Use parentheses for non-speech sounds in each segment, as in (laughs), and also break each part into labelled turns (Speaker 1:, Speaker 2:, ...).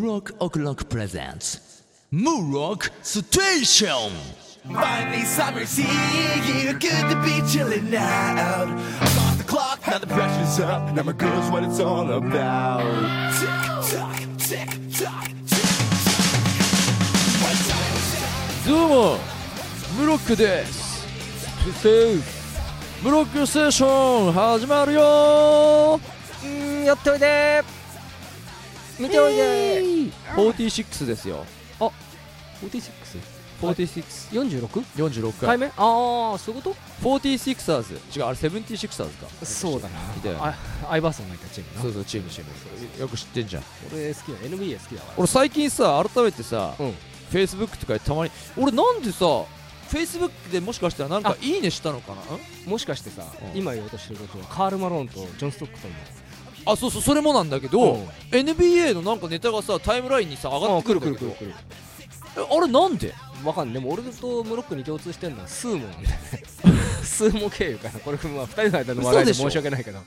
Speaker 1: Rock O'Clock presents Moon Rock Station!
Speaker 2: Finally, summer's here. Good to be chilling out. I'm off the clock, now the pressure's up. Now my girl's what it's all about. Tick tock, tick tock, tick tock.
Speaker 3: どうもムロックですそしてムロックステーション始まるよ
Speaker 4: うんやっておいで見ておいで
Speaker 3: 46ですよ4646
Speaker 4: 46?46
Speaker 3: 46
Speaker 4: 回
Speaker 3: 回
Speaker 4: 目ああそういうこ
Speaker 3: 46ers 違うあれ 76ers か
Speaker 4: とそうだな
Speaker 3: みたいな
Speaker 4: あアイバーソンがいたチームな
Speaker 3: そうそうチームチームよく知ってんじゃん
Speaker 4: 俺好きだ NBA 好きだから
Speaker 3: 俺最近さ改めてさ、
Speaker 4: うん
Speaker 3: Facebook とかでたまに俺なんでさ Facebook でもしかしたらなんか
Speaker 4: あ
Speaker 3: いいねしたのかな
Speaker 4: もしかしてさ、
Speaker 3: うん
Speaker 4: 今言おうとしてることはカール・マローンとジョン・ストックトン
Speaker 3: あそうそうそれもなんだけ
Speaker 4: の
Speaker 3: ど、NBA のなんかネタがさタイムラインにさ上が
Speaker 4: あ
Speaker 3: っ
Speaker 4: あ
Speaker 3: てくる
Speaker 4: くる
Speaker 3: んだ
Speaker 4: く
Speaker 3: け
Speaker 4: る
Speaker 3: ど
Speaker 4: くるくる
Speaker 3: えあれなんで
Speaker 4: わかんないでも俺とムロックに共通してるのはスーモなんだよね (laughs) スーモ経由かなこれまあ2人の間の話題で申し訳ないけど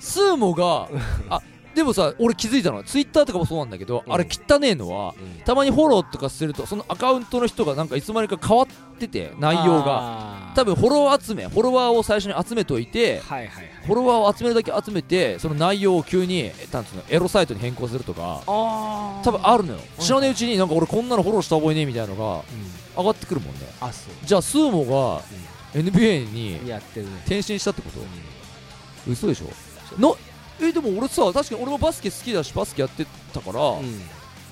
Speaker 3: スーモ
Speaker 4: (laughs)
Speaker 3: があでもさ俺気づいたのはツイッターとかもそうなんだけど、
Speaker 4: うん
Speaker 3: あれ汚ねえのは
Speaker 4: うん
Speaker 3: たまにフォローとかするとそのアカウントの人がなんかいつまにか変わってて内容が
Speaker 4: が
Speaker 3: 多分フォロー集めフォロワーを最初に集めといて
Speaker 4: はいはいはい
Speaker 3: フォロワーを集めるだけ集めてその内容を急になんつうのエロサイトに変更するとか
Speaker 4: あ
Speaker 3: 多分あるのよ知らねえうちになんか俺こんなのフォローした覚えねえみたいなの
Speaker 4: うん
Speaker 3: が上がってくるもんね
Speaker 4: あそう
Speaker 3: じゃあスーモが NBA に
Speaker 4: やってるね
Speaker 3: 転身したってこと嘘でしょなえでも俺さ確かに俺もバスケ好きだしバスケやってたから、
Speaker 4: うん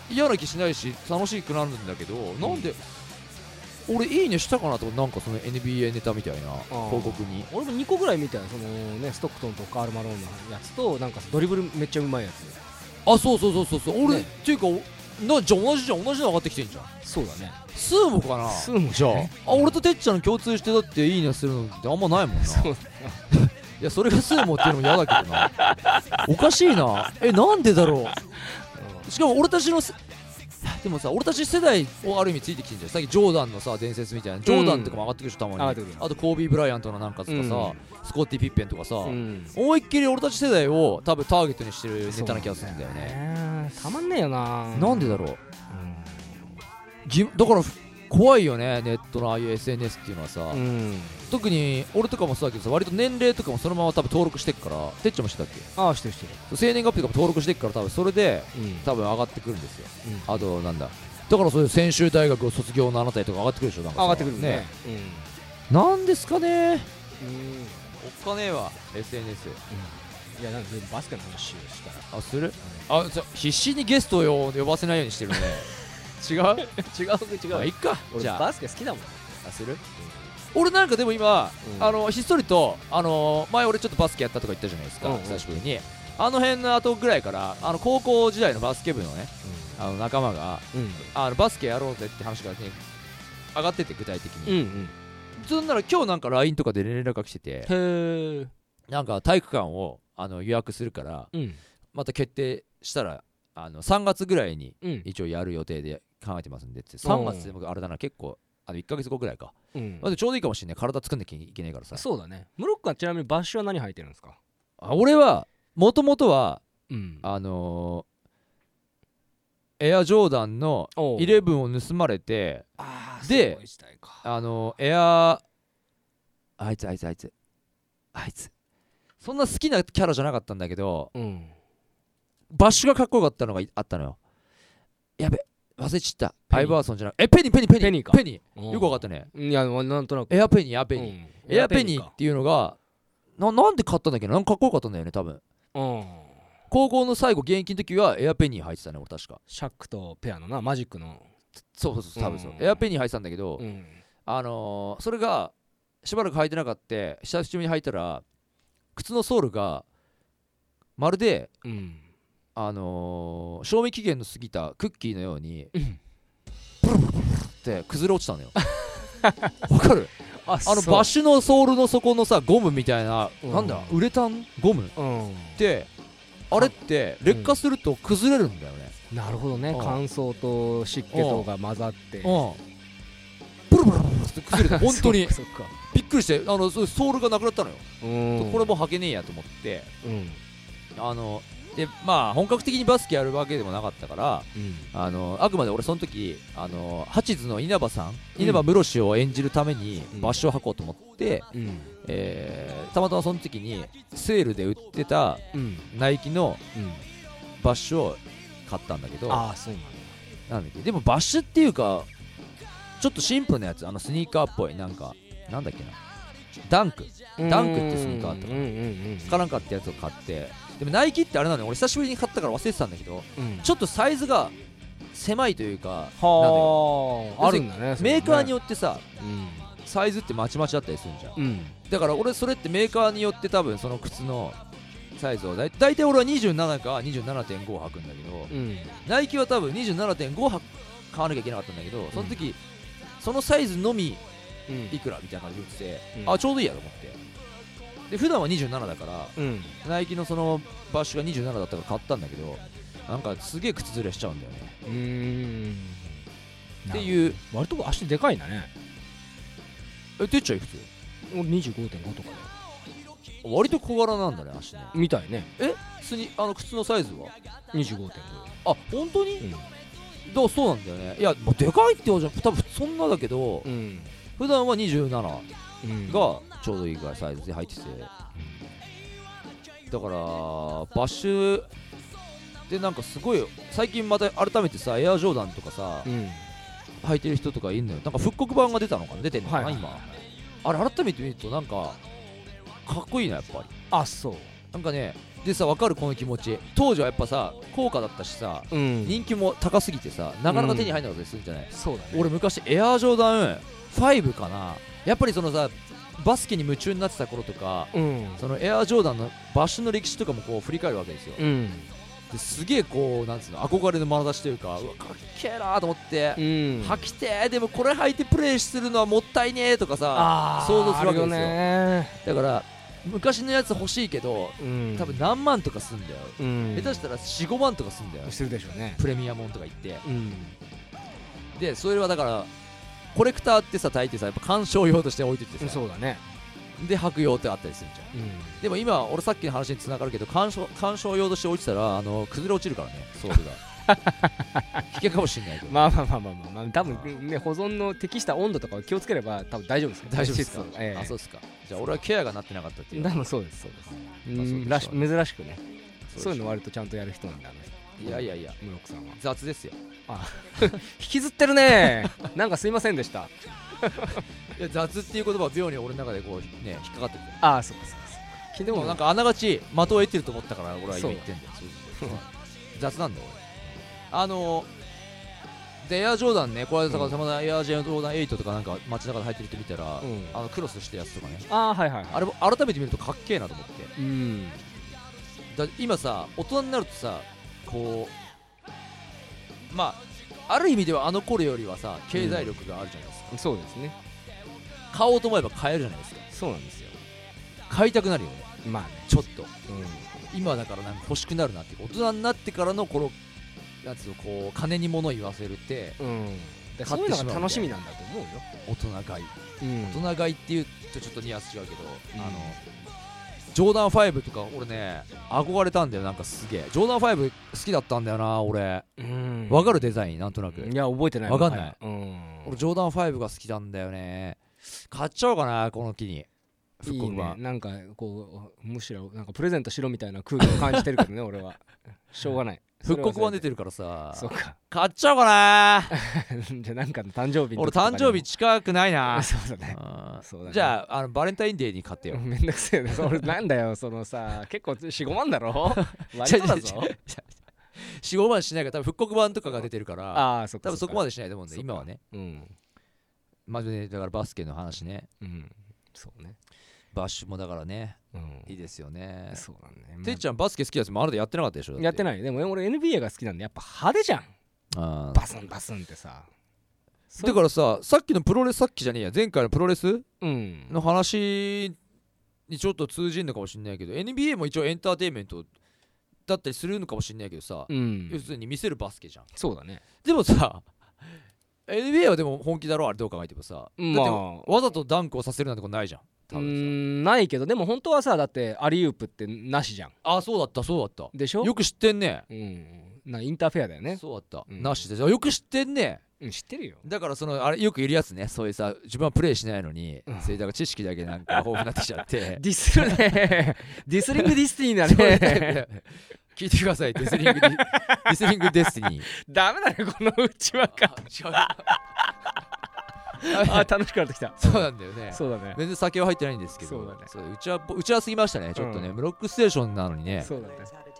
Speaker 3: 嫌な気しないし楽しくなるんだけど、なんで俺いいねしたかなと思ってなんかその NBA ネタみたいな
Speaker 4: ー
Speaker 3: 広告に
Speaker 4: 俺も2個ぐらい見たよそのねストックトンとカール・マローンのやつとなんかドリブルめっちゃうまいやつ
Speaker 3: あそうそうそうそうそう俺、
Speaker 4: ね
Speaker 3: っていうかおなじゃあ同じじゃん同じの上がってきてんじゃん
Speaker 4: そうだね
Speaker 3: スーモかな
Speaker 4: スーモ
Speaker 3: じゃ
Speaker 4: ね
Speaker 3: ああ俺とてっちゃんの共通してだっていいねするのってあんまないもんな
Speaker 4: そう
Speaker 3: いやそれがスーモっていうのも嫌だけどなおかしいなえなんでだろうしかも俺たちのせでもさ俺たち世代をある意味ついてきてんじゃんさっきジョーダンのさ伝説みたいなジョーダンとかも上がってくるでしょたまに、
Speaker 4: 上がってくる
Speaker 3: あとコービー・ブライアントのなんかとかさ、スコッティ・ピッペンとかさ、
Speaker 4: うんうん
Speaker 3: 思いっきり俺たち世代を多分ターゲットにしてるネタな気がするんだよね
Speaker 4: そうなんだよねたまんねえよな
Speaker 3: なんでだろうぎだからふ怖いよねネットのああいう SNS っていうのはさ、
Speaker 4: うんうん
Speaker 3: 特に俺とかもそうだけどさ割と年齢とかもそのまま多分登録してっからてっちゃんもしてたっけ
Speaker 4: ああしてるしてる
Speaker 3: 生年月日とかも登録してっから多分それで
Speaker 4: うん
Speaker 3: 多分上がってくるんですよ
Speaker 4: うん
Speaker 3: あとなんだだからそういう専修大学を卒業のあなたへとか上がってくるでしょなんかさ
Speaker 4: 上がってくるね
Speaker 3: なんですかね
Speaker 4: うんうん
Speaker 3: おっかねえわ SNS
Speaker 4: いやなんか全部バスケの話をしたら
Speaker 3: あするあじゃ必死にゲストを呼ばせないようにしてるね違う
Speaker 4: (laughs) 違う違
Speaker 3: (laughs) まあいっか
Speaker 4: 俺
Speaker 3: じゃあ
Speaker 4: バスケ好きだもん
Speaker 3: あする俺なんかでも今、
Speaker 4: うん
Speaker 3: あのひっそりとあの前俺ちょっとバスケやったとか言ったじゃないですか、
Speaker 4: うんうん
Speaker 3: 久しぶりにあの辺の後ぐらいからあの高校時代のバスケ部のねあの仲間が
Speaker 4: うん
Speaker 3: あのバスケやろうぜって話が、ね、上がってて具体的
Speaker 4: うんう
Speaker 3: に、
Speaker 4: ん
Speaker 3: そんなら今日なんか LINE とかで連絡が来てて
Speaker 4: へえ
Speaker 3: なんか体育館をあの予約するから
Speaker 4: うん
Speaker 3: また決定したらあの3月ぐらいに
Speaker 4: うん
Speaker 3: 一応やる予定で考えてますんでって3月でもあれだな結構あの1ヶ月後ぐらいか、
Speaker 4: うん
Speaker 3: まあでもちょうどいいかもしれない体作んなきゃいけないからさ
Speaker 4: そうだねムロックはちなみにバッシュは何履いてるんですか
Speaker 3: あ俺はもともとは
Speaker 4: うん
Speaker 3: あのーエアジョーダンの
Speaker 4: おう
Speaker 3: 11を盗まれて
Speaker 4: あー
Speaker 3: です
Speaker 4: ごい時代か
Speaker 3: あのーエアあいつあいつあいつあいつそんな好きなキャラじゃなかったんだけど
Speaker 4: うん
Speaker 3: バッシュがかっこよかったのがいあったのよやべ忘れちった
Speaker 4: ペニー
Speaker 3: アイバーソンじゃなくえペニーペニーペニー
Speaker 4: ペニーか
Speaker 3: ペニー
Speaker 4: よ
Speaker 3: よくわかったね
Speaker 4: いやなんとなく
Speaker 3: エアペニーエアペニー、
Speaker 4: うん
Speaker 3: エアペニーっていうのがななんで買ったんだっけななんかかっこよかったんだよね多分
Speaker 4: うん
Speaker 3: 高校の最後現役の時はエアペニー入ってたね俺確か
Speaker 4: シャックとペアのなマジックの
Speaker 3: そうそうそう多分そう、
Speaker 4: うん
Speaker 3: エアペニー入ってたんだけど、
Speaker 4: うん
Speaker 3: あのーそれがしばらく履いてなかった久しぶりに履いたら靴のソールがまるで
Speaker 4: うん
Speaker 3: あのー賞味期限の過ぎたクッキーのようにブルブルブルブルって崩れ落ちた
Speaker 4: (laughs)
Speaker 3: のよわかる
Speaker 4: あ
Speaker 3: あのバッシュのソールの底のさゴムみたいな、
Speaker 4: うん
Speaker 3: なんだウレタンゴムっ
Speaker 4: うん
Speaker 3: てあれって劣化すると崩れるんだよね、
Speaker 4: なるほどね
Speaker 3: うん
Speaker 4: 乾燥と湿気とが混ざって
Speaker 3: うんブルブルブルブルって崩
Speaker 4: (laughs)
Speaker 3: れた本当に
Speaker 4: そっかそっか
Speaker 3: びっくりしてあのそうソールがなくなったのよ、
Speaker 4: うん
Speaker 3: これもう履けねえやと思って
Speaker 4: うん
Speaker 3: あのでまあ本格的にバスケやるわけでもなかったから
Speaker 1: うん
Speaker 3: あのあくまで俺その時あのハチズの稲葉さん
Speaker 4: うん
Speaker 3: 稲葉室を演じるために
Speaker 4: うん
Speaker 3: 場所を履こうと思って、
Speaker 4: うん
Speaker 3: えーたまたまその時にセールで売ってた
Speaker 4: うん
Speaker 3: ナイキの
Speaker 4: うん
Speaker 3: バッシュを買ったんだけど
Speaker 4: ああそうなんだ
Speaker 3: なんだっけでもバッシュっていうかちょっとシンプルなやつあのスニーカーっぽいなんかなんだっけなダンクダンクってスニーカーとか
Speaker 4: うんうん
Speaker 3: かなんかってやつを買ってでもナイキってあれなのよ俺久しぶりに買ったから忘れてたんだけど
Speaker 4: うんうん
Speaker 3: ちょっとサイズが狭いというかなんだよ
Speaker 4: はああるんだね
Speaker 3: メーカーに
Speaker 4: よ
Speaker 3: よってさ
Speaker 4: うん
Speaker 3: サイズってまちまちだったりするじゃん
Speaker 4: うん
Speaker 3: だから俺それってメーカーによって多分その靴のサイズをだい大体俺は27か27.5を履くんだけど、
Speaker 4: うん
Speaker 3: ナイキは多分27.5は買わなきゃいけなかったんだけどその時、そのサイズのみ
Speaker 4: うん
Speaker 3: いくらみたいな感じで売ってて、
Speaker 4: うん
Speaker 3: あちょうどいいやと思ってで普段は27だから
Speaker 4: うん
Speaker 3: ナイキのそのバッシュが27だったから買ったんだけどなんかすげえ靴ずれしちゃうんだよね
Speaker 4: うーん
Speaker 3: っていう
Speaker 4: 割と足でかいんだね
Speaker 3: えてっちゃんいくつ
Speaker 4: 俺25.5とかだよ
Speaker 3: 割と小柄なんだね足ね
Speaker 4: みたいね
Speaker 3: え靴にあの靴のサイズは
Speaker 4: 25.5
Speaker 3: あ本当に、
Speaker 4: うん
Speaker 3: どうそうなんだよねいやもうでかいってわけじゃん多分そんなだけど、
Speaker 4: うん
Speaker 3: 普段は27が
Speaker 4: うん
Speaker 3: ちょうどいいぐらいサイズで入ってて、だからバッシュでなんかすごい最近また改めてさエアジョーダンとかさ
Speaker 4: う、ん
Speaker 3: 履いてる人とかいるのよなんか復刻版が出たのかな出てんのかな、
Speaker 4: はいはい
Speaker 3: 今あれ改めて見るとなんかかっこいいなやっぱり
Speaker 4: あそう
Speaker 3: なんかねでさ分かるこの気持ち当時はやっぱさ高価だったしさ
Speaker 4: うん
Speaker 3: 人気も高すぎてさなかなか手に入らなかったりするんじゃない、
Speaker 4: そうだね
Speaker 3: 俺昔エアージョーダン5かなやっぱりそのさバスケに夢中になってた頃とか
Speaker 4: うん
Speaker 3: そのエアージョーダンのバッシュの歴史とかもこう振り返るわけですよ
Speaker 4: うん
Speaker 3: ですげえこうなんつうの憧れの眼差しというかうわかっけえなーと思って
Speaker 4: う、ん
Speaker 3: 履きてーでもこれ履いてプレーするのはもったいねーとかさ
Speaker 4: あー
Speaker 3: 想像するわけですよ
Speaker 4: あよね
Speaker 3: だから昔のやつ欲しいけど
Speaker 4: うん
Speaker 3: 多分何万とかすんだよ、
Speaker 4: うん
Speaker 3: 下手したら45万とかすんだよ
Speaker 4: するでしょうね
Speaker 3: プレミアモンとか言って
Speaker 4: うん
Speaker 3: でそれはだからコレクターってさ大抵さやっぱ鑑賞用として置いててさ
Speaker 4: そうだね
Speaker 3: で白用ってあったりするじゃん
Speaker 4: うん
Speaker 3: でも今俺さっきの話につながるけど鑑賞鑑賞用として置いてたらあの崩れ落ちるからねソールが
Speaker 4: (laughs)
Speaker 3: 危険かもしれないけど、
Speaker 4: まあまあまあまあまあ、まあ、多分ね保存の適した温度とかを気をつければ多分大丈夫ですよ
Speaker 3: 大丈夫ですか、
Speaker 4: シーツとええ
Speaker 3: あそうですかじゃあ俺はケアがなってなかったっていう
Speaker 4: 多分そうですそうです
Speaker 3: あそう
Speaker 4: う
Speaker 3: で
Speaker 4: ん
Speaker 3: す
Speaker 4: らし珍しくね
Speaker 3: です
Speaker 4: そういうの割とちゃんとやる人なんだね
Speaker 3: いやいやいや
Speaker 4: ムロックさんは
Speaker 3: 雑ですよ
Speaker 4: 引きずってるね
Speaker 3: (laughs)
Speaker 4: なんかすいませんでした
Speaker 3: いや雑っていう言葉は妙に俺の中でこうね引っかかってる
Speaker 4: ああそうですそうです昨
Speaker 3: で
Speaker 4: 日
Speaker 3: もなん
Speaker 4: か
Speaker 3: かあながち的を得てると思ったから俺は今言ってんだよそうそう雑なんだよ俺あのでエアジョーダンねこの間
Speaker 4: う
Speaker 3: さ
Speaker 4: ん
Speaker 3: たまたまエアジョーダン8とかなんか街中で入ってる人見たら、
Speaker 4: うん
Speaker 3: あのクロスしてるやつとかね
Speaker 4: ああはいはいはい
Speaker 3: あれも改めて見るとかっけえなと思って
Speaker 4: うん
Speaker 3: だ今さ大人になるとさこうまあある意味ではあの頃よりはさ経済力があるじゃないですか、
Speaker 4: そうですね
Speaker 3: 買おうと思えば買えるじゃないですか
Speaker 4: そうなんですよ
Speaker 3: 買いたくなるよね
Speaker 4: まあね
Speaker 3: ちょっと
Speaker 4: う
Speaker 3: 今だからなんか欲しくなるなっていう大人になってからのこのやつをこう金に物言わせるって
Speaker 4: んうんで
Speaker 3: 買
Speaker 4: そ
Speaker 3: っ
Speaker 4: うい
Speaker 3: てしまう
Speaker 4: うのが楽しみなんだと思うよ
Speaker 3: 大人買い
Speaker 4: うん
Speaker 3: 大人買いっていうとちょっとニュアンス違うけど、
Speaker 4: うん
Speaker 3: あのジョーダン5とか俺ね憧れたんだよなんかすげえジョーダン5好きだったんだよな俺
Speaker 4: うん
Speaker 3: わかるデザインなんとなく、
Speaker 4: いや覚えてない
Speaker 3: わかんない
Speaker 4: うん
Speaker 3: 俺ジョーダン5が好きなんだよね買っちゃおうかなこの機に復
Speaker 4: いい
Speaker 3: 刻
Speaker 4: ね
Speaker 3: 版
Speaker 4: なんかこうむしろなんかプレゼントしろみたいな空気を感じてるけど
Speaker 3: (laughs)
Speaker 4: ね俺はしょうがない
Speaker 3: 復刻版出
Speaker 4: て
Speaker 3: てるからさ
Speaker 4: そうか (laughs)
Speaker 3: 買っちゃおうかな
Speaker 4: じゃあなんかの誕生日の
Speaker 3: 俺
Speaker 4: 時とかに
Speaker 3: 誕生日近くないな
Speaker 4: そうだね
Speaker 3: うん
Speaker 4: そうだね
Speaker 3: じゃああのバレンタインデーに買ってよ
Speaker 4: (laughs) めんどくせえね俺なんだよそのさ結構45万
Speaker 3: (laughs)
Speaker 4: だろ割とだぞ
Speaker 3: 45万しないから多分復刻版とかが出てるから
Speaker 4: ああそっか
Speaker 3: 多分そこま
Speaker 4: で
Speaker 3: でしないと思うんで
Speaker 4: そっか
Speaker 3: 今はね
Speaker 4: うん
Speaker 3: まあねだからバスケの話ね
Speaker 4: うんそうね
Speaker 3: バッシュもだからね
Speaker 4: うん
Speaker 3: いいですよね
Speaker 4: そうなんだね
Speaker 3: てっちゃんバスケ好きだしもあなたやってなかったでしょ
Speaker 4: やって
Speaker 3: ない
Speaker 4: ないでも俺 NBA が好きなんでやっぱ派手じゃん
Speaker 3: あー
Speaker 4: バスンバスンってさ
Speaker 3: だからささっきのプロレスさっきじゃねえや前回のプロレス
Speaker 4: うん
Speaker 3: の話にちょっと通じるのかもしれないけど NBA も一応エンターテインメントだったりするのかもしれないけどさ、
Speaker 4: うん
Speaker 3: 要するに見せるバスケじゃん
Speaker 4: そうだね
Speaker 3: でもさ NBA はでも本気だろあれどう考えてもさ、
Speaker 4: まあ
Speaker 3: だってわざとダンクをさせるなんてことないじゃん多
Speaker 4: うー
Speaker 3: 分さ
Speaker 4: んないけどでも本当はさだってアリウープってなしじゃん
Speaker 3: あそうだったそうだっ
Speaker 4: でしたょ
Speaker 3: よく知ってんね
Speaker 4: うんなインターフェアだよね、
Speaker 3: そうだった
Speaker 4: うん
Speaker 3: なしでよく知ってんね
Speaker 4: うん、知ってるよ
Speaker 3: だからそのあれよくいるやつねそういうさ自分はプレイしないのに
Speaker 4: うん
Speaker 3: それだから知識だけなん
Speaker 4: (laughs)
Speaker 3: か豊富になってきちゃって
Speaker 4: ディスるねディスリングディスティニーだ
Speaker 3: そういうタイプ
Speaker 4: ね
Speaker 3: だよね (laughs) 聞いてくださいディスリン
Speaker 4: (laughs)
Speaker 3: グディディスリングデスティニー
Speaker 4: ダメだねこのうちわか (laughs) あ楽しくなってきた
Speaker 3: そうなんだよね
Speaker 4: そうだね
Speaker 3: 全然酒は入ってないんですけど
Speaker 4: そうだね
Speaker 3: ううちはうちは過ぎましたねちょっとね、
Speaker 4: うん
Speaker 3: ブロックステーションなのにね
Speaker 4: そうだね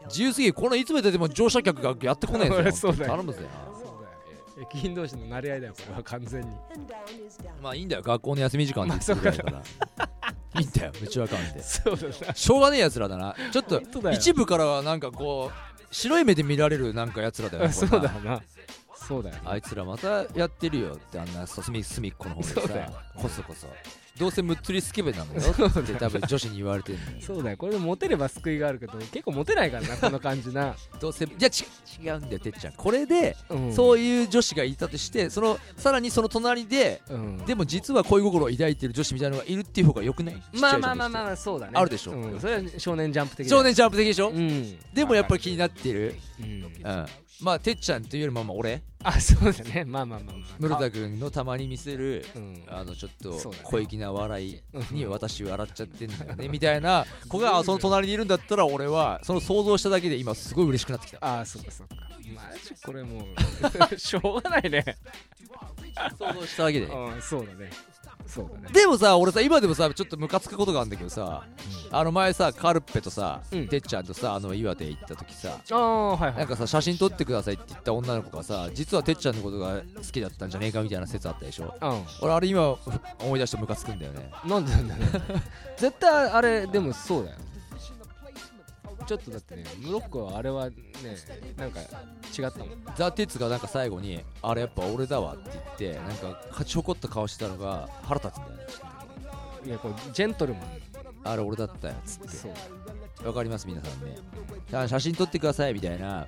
Speaker 3: 自由すぎるこのいつまででも乗車客がやってこないんです
Speaker 4: (laughs) そ
Speaker 3: よ
Speaker 4: うだよ
Speaker 3: 頼むぜ
Speaker 4: そうだよ駅員同士の馴れ合いだよこれは完全に
Speaker 3: まあいいんだよ学校の休み時間で
Speaker 4: まあ
Speaker 3: だからいいんだようちは感で
Speaker 4: (laughs) そうだな
Speaker 3: しょうがねえやつらだなちょっと
Speaker 4: 本当だよ
Speaker 3: 一部からはなんかこう白い目で見られるなんかやつらだよ
Speaker 4: あ
Speaker 3: な
Speaker 4: (laughs) そう
Speaker 3: これ
Speaker 4: だ
Speaker 3: な
Speaker 4: なそうだよな
Speaker 3: あいつらまたやってるよってあんな隅隅っこの方でさ
Speaker 4: そうだよ
Speaker 3: こそこそどうせむっつりスケベなのよって多分女子に言われてるんだよ
Speaker 4: そうだよこれでモテれば救いがあるけど結構モテないから (laughs) なこの感じな、
Speaker 3: どうせじゃち違うんだよてっちゃんこれで
Speaker 4: うん
Speaker 3: そういう女子がいたとしてそのさらにその隣で
Speaker 4: うん
Speaker 3: でも実は恋心を抱いてる女子みたいなのがいるっていう方がよくない
Speaker 4: まあまあまあ
Speaker 3: あ
Speaker 4: まあそうだね
Speaker 3: あるでしょ
Speaker 4: うんそれは少年ジャンプ的だよ
Speaker 3: 少年ジャンプ的でしょ、
Speaker 4: うん
Speaker 3: でもやっぱり気になってる、
Speaker 4: うん
Speaker 3: うん、まあてっちゃんというよりもまあ俺
Speaker 4: あそうだねまあまあまあまあ
Speaker 3: 室田君のたまに見せる
Speaker 4: うん
Speaker 3: あのちょっと
Speaker 4: そうだね
Speaker 3: 小粋な笑いに私笑っちゃってんだよ (laughs) ねみたいな子がその隣にいるんだったら俺はその想像しただけで今すごい嬉しくなってきた
Speaker 4: ああそっかそっかマジこれもう (laughs) しょうがないね
Speaker 3: 想像しただ (laughs) けで
Speaker 4: うんそうだねそうだね
Speaker 3: でもさ俺さ今でもさちょっとムカつくことがあるんだけどさ、あの前さカルッペとさ、
Speaker 4: うん
Speaker 3: てっちゃんとさあの岩手行った時さ
Speaker 4: ああはいは
Speaker 3: なん
Speaker 4: い
Speaker 3: かさ写真撮ってくださいって言った女の子がさ実はてっちゃんのことが好きだったんじゃねえかみたいな説あったでしょ
Speaker 4: う
Speaker 3: 俺あれ今ふ思い出してムカつくんだよね
Speaker 4: んなんでなんだ (laughs) ろう絶対あれでもそうだよちょっとだってねムロッコはあれはねなんか違ったもん
Speaker 3: ザ・テツがなんか最後にあれやっぱ俺だわって言ってなんか勝ち誇った顔してたのが腹立つんだよね
Speaker 4: いやこれジェントルマン
Speaker 3: あれ俺だったよっつって
Speaker 4: そう
Speaker 3: わかります皆さんねだから写真撮ってくださいみたいな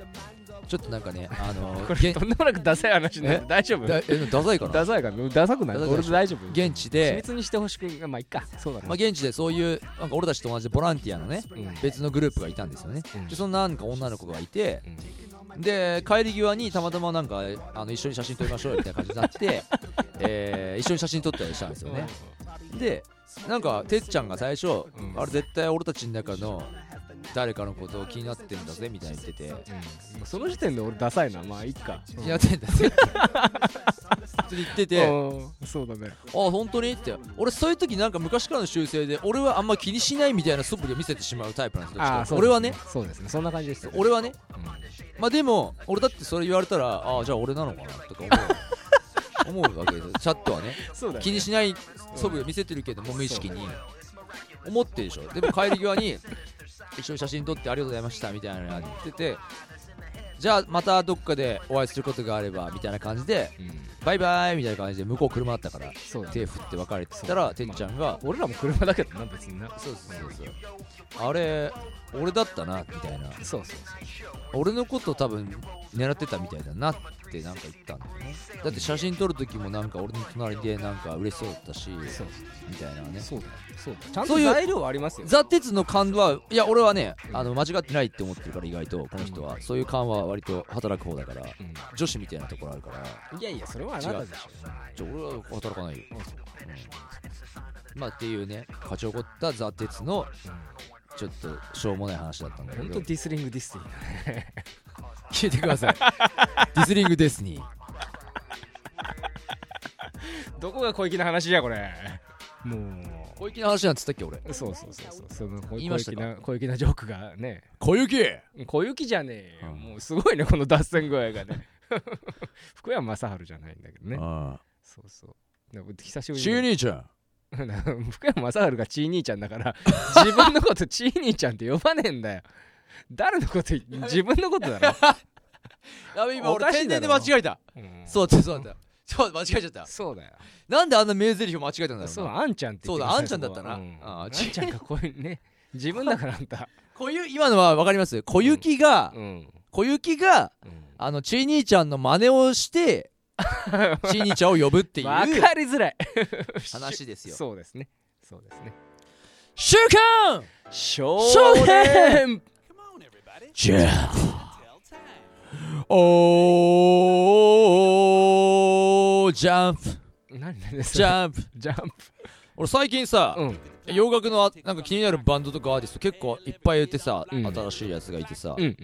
Speaker 3: ちょっとなんか
Speaker 4: (laughs)
Speaker 3: ねあの
Speaker 4: これ
Speaker 3: げん
Speaker 4: とんでもなくダサい話ね
Speaker 3: え
Speaker 4: 大丈夫
Speaker 3: だえダサいかな
Speaker 4: ダサいからダサくない
Speaker 3: ダサいで
Speaker 4: 俺
Speaker 3: しょ
Speaker 4: 大丈夫
Speaker 3: 現地
Speaker 4: 秘
Speaker 3: で、
Speaker 4: 密にしてほしくまあいっかそうだね
Speaker 3: まあ、現地でそういうなんか俺たちと同じでボランティアのね
Speaker 4: うん
Speaker 3: 別のグループがいたんですよね、
Speaker 4: うん
Speaker 3: でそのなんか女の子がいて
Speaker 4: う、ん
Speaker 3: で帰り際にたまたまなんかあの一緒に写真撮りましょうよみたいな感じにな
Speaker 4: (laughs)
Speaker 3: って、えー一緒に写真撮ったりしたんですよね、でなんかてっちゃんが最初、
Speaker 4: ん
Speaker 3: あれ絶対俺たちの中の誰かのことを気になってんだぜみたいに言ってて
Speaker 4: うんその時点で俺ダサいなまあいっか
Speaker 3: 気になってんだぜって普通に言ってて、あ
Speaker 4: うんそうだね
Speaker 3: 本当にって俺そういう時なんか昔からの習性で俺はあんま気にしないみたいな素振りを見せてしまうタイプなんですよ
Speaker 4: ああそう
Speaker 3: 俺はね
Speaker 4: ですそうですねそんな感じですよ
Speaker 3: 俺はね
Speaker 4: うん
Speaker 3: まあでも俺だってそれ言われたらああじゃあ俺なのかなとか
Speaker 4: (laughs)
Speaker 3: 思う思うわけですよチャットはね
Speaker 4: そうだ
Speaker 3: 気にしない素振りを見せてるけども無意識に思ってるでしょでも帰り際に一緒に写真撮ってありがとうございましたみたいなのやっててじゃあまたどっかでお会いすることがあればみたいな感じで
Speaker 4: うん
Speaker 3: バイバイみたいな感じで向こう車あったから
Speaker 4: そうだね
Speaker 3: 手振って別れてたらてんちゃんが
Speaker 4: 俺らも車だけどな別にな
Speaker 3: そうそうそうそうあれ俺だったなみたいな
Speaker 4: そうそう
Speaker 3: 俺のこと多分狙ってたみたいだなってなんか言ったんだよねだって写真撮る時もなんか俺の隣でなんか嬉しそうだったし
Speaker 4: そう
Speaker 3: みたいなね
Speaker 4: そうだよそうだよちゃん
Speaker 3: そう
Speaker 4: と
Speaker 3: いう
Speaker 4: 材料はありますよ
Speaker 3: ザ・テツの感度はいや俺はねあの間違ってないって思ってるから意外とこの人はそういう感は割と働く方だから
Speaker 4: う
Speaker 3: 女子みたいなところあるから
Speaker 4: んいやいやそれはあなたでしょ
Speaker 3: じゃあ俺は働かないよ、
Speaker 4: うんそう
Speaker 3: まあっていうね勝ち誇ったザ・テツの
Speaker 4: うん
Speaker 3: ちょっとしょうもない話だったんだけ
Speaker 4: 本
Speaker 3: ど
Speaker 4: 当ディスリングディスティーだね
Speaker 3: 聞いてくださいディスリング・デスニー
Speaker 4: どこが小粋な話じゃこれもう
Speaker 3: 小粋な話なんつったっけ俺
Speaker 4: そうそうそうそうその小
Speaker 3: 言いました
Speaker 4: 小粋
Speaker 3: か
Speaker 4: な小粋なジョークがね
Speaker 3: 小雪
Speaker 4: 小雪じゃねえよ、
Speaker 3: うん
Speaker 4: もうすごいねこの脱線具合がね (laughs) 福山雅治じゃないんだけどね
Speaker 3: あ
Speaker 4: そうそうでも久し
Speaker 3: あ
Speaker 4: ぶり
Speaker 3: シーニーちゃん
Speaker 4: (laughs) 福山雅治がチー兄ちゃんだから自分のことチー兄ちゃんって呼ばねえんだよ誰のこと言自分のことだろ、
Speaker 3: やべ今
Speaker 4: お
Speaker 3: 俺
Speaker 4: かし
Speaker 3: 天
Speaker 4: いだ
Speaker 3: 然
Speaker 4: ろ
Speaker 3: で間違えた
Speaker 4: うん
Speaker 3: そうだったそうだったそう間違えちゃった
Speaker 4: そうだよ
Speaker 3: なんであんな名台詞を間違えたんだろう
Speaker 4: そう
Speaker 3: な
Speaker 4: あんちゃんって言って
Speaker 3: そうだ
Speaker 4: くさい
Speaker 3: あんちゃんだったな
Speaker 4: そこはうん
Speaker 3: あ
Speaker 4: あ
Speaker 3: あ
Speaker 4: んちゃんがこういうね自分だからあ
Speaker 3: (laughs)
Speaker 4: んた
Speaker 3: 小雪今のは分かります小雪が、
Speaker 4: うん、
Speaker 3: 小雪が
Speaker 4: うん
Speaker 3: あのちい兄ちゃんの真似をして
Speaker 4: (laughs)
Speaker 3: ちい兄ちゃんを呼ぶってい
Speaker 4: わ
Speaker 3: う
Speaker 4: かりづらい
Speaker 3: 話ですよ
Speaker 4: そうですねそうですね
Speaker 3: 週刊
Speaker 4: 少
Speaker 3: 年じゃあおージャンプ
Speaker 4: 何何です
Speaker 3: ジャンプ
Speaker 4: ジャンプ
Speaker 3: 俺最近さ、
Speaker 4: うん
Speaker 3: 洋楽のあなんか気になるバンドとかアーティスト結構いっぱいいてさ、
Speaker 4: うん
Speaker 3: 新しいやつがいてさ、
Speaker 4: うんうん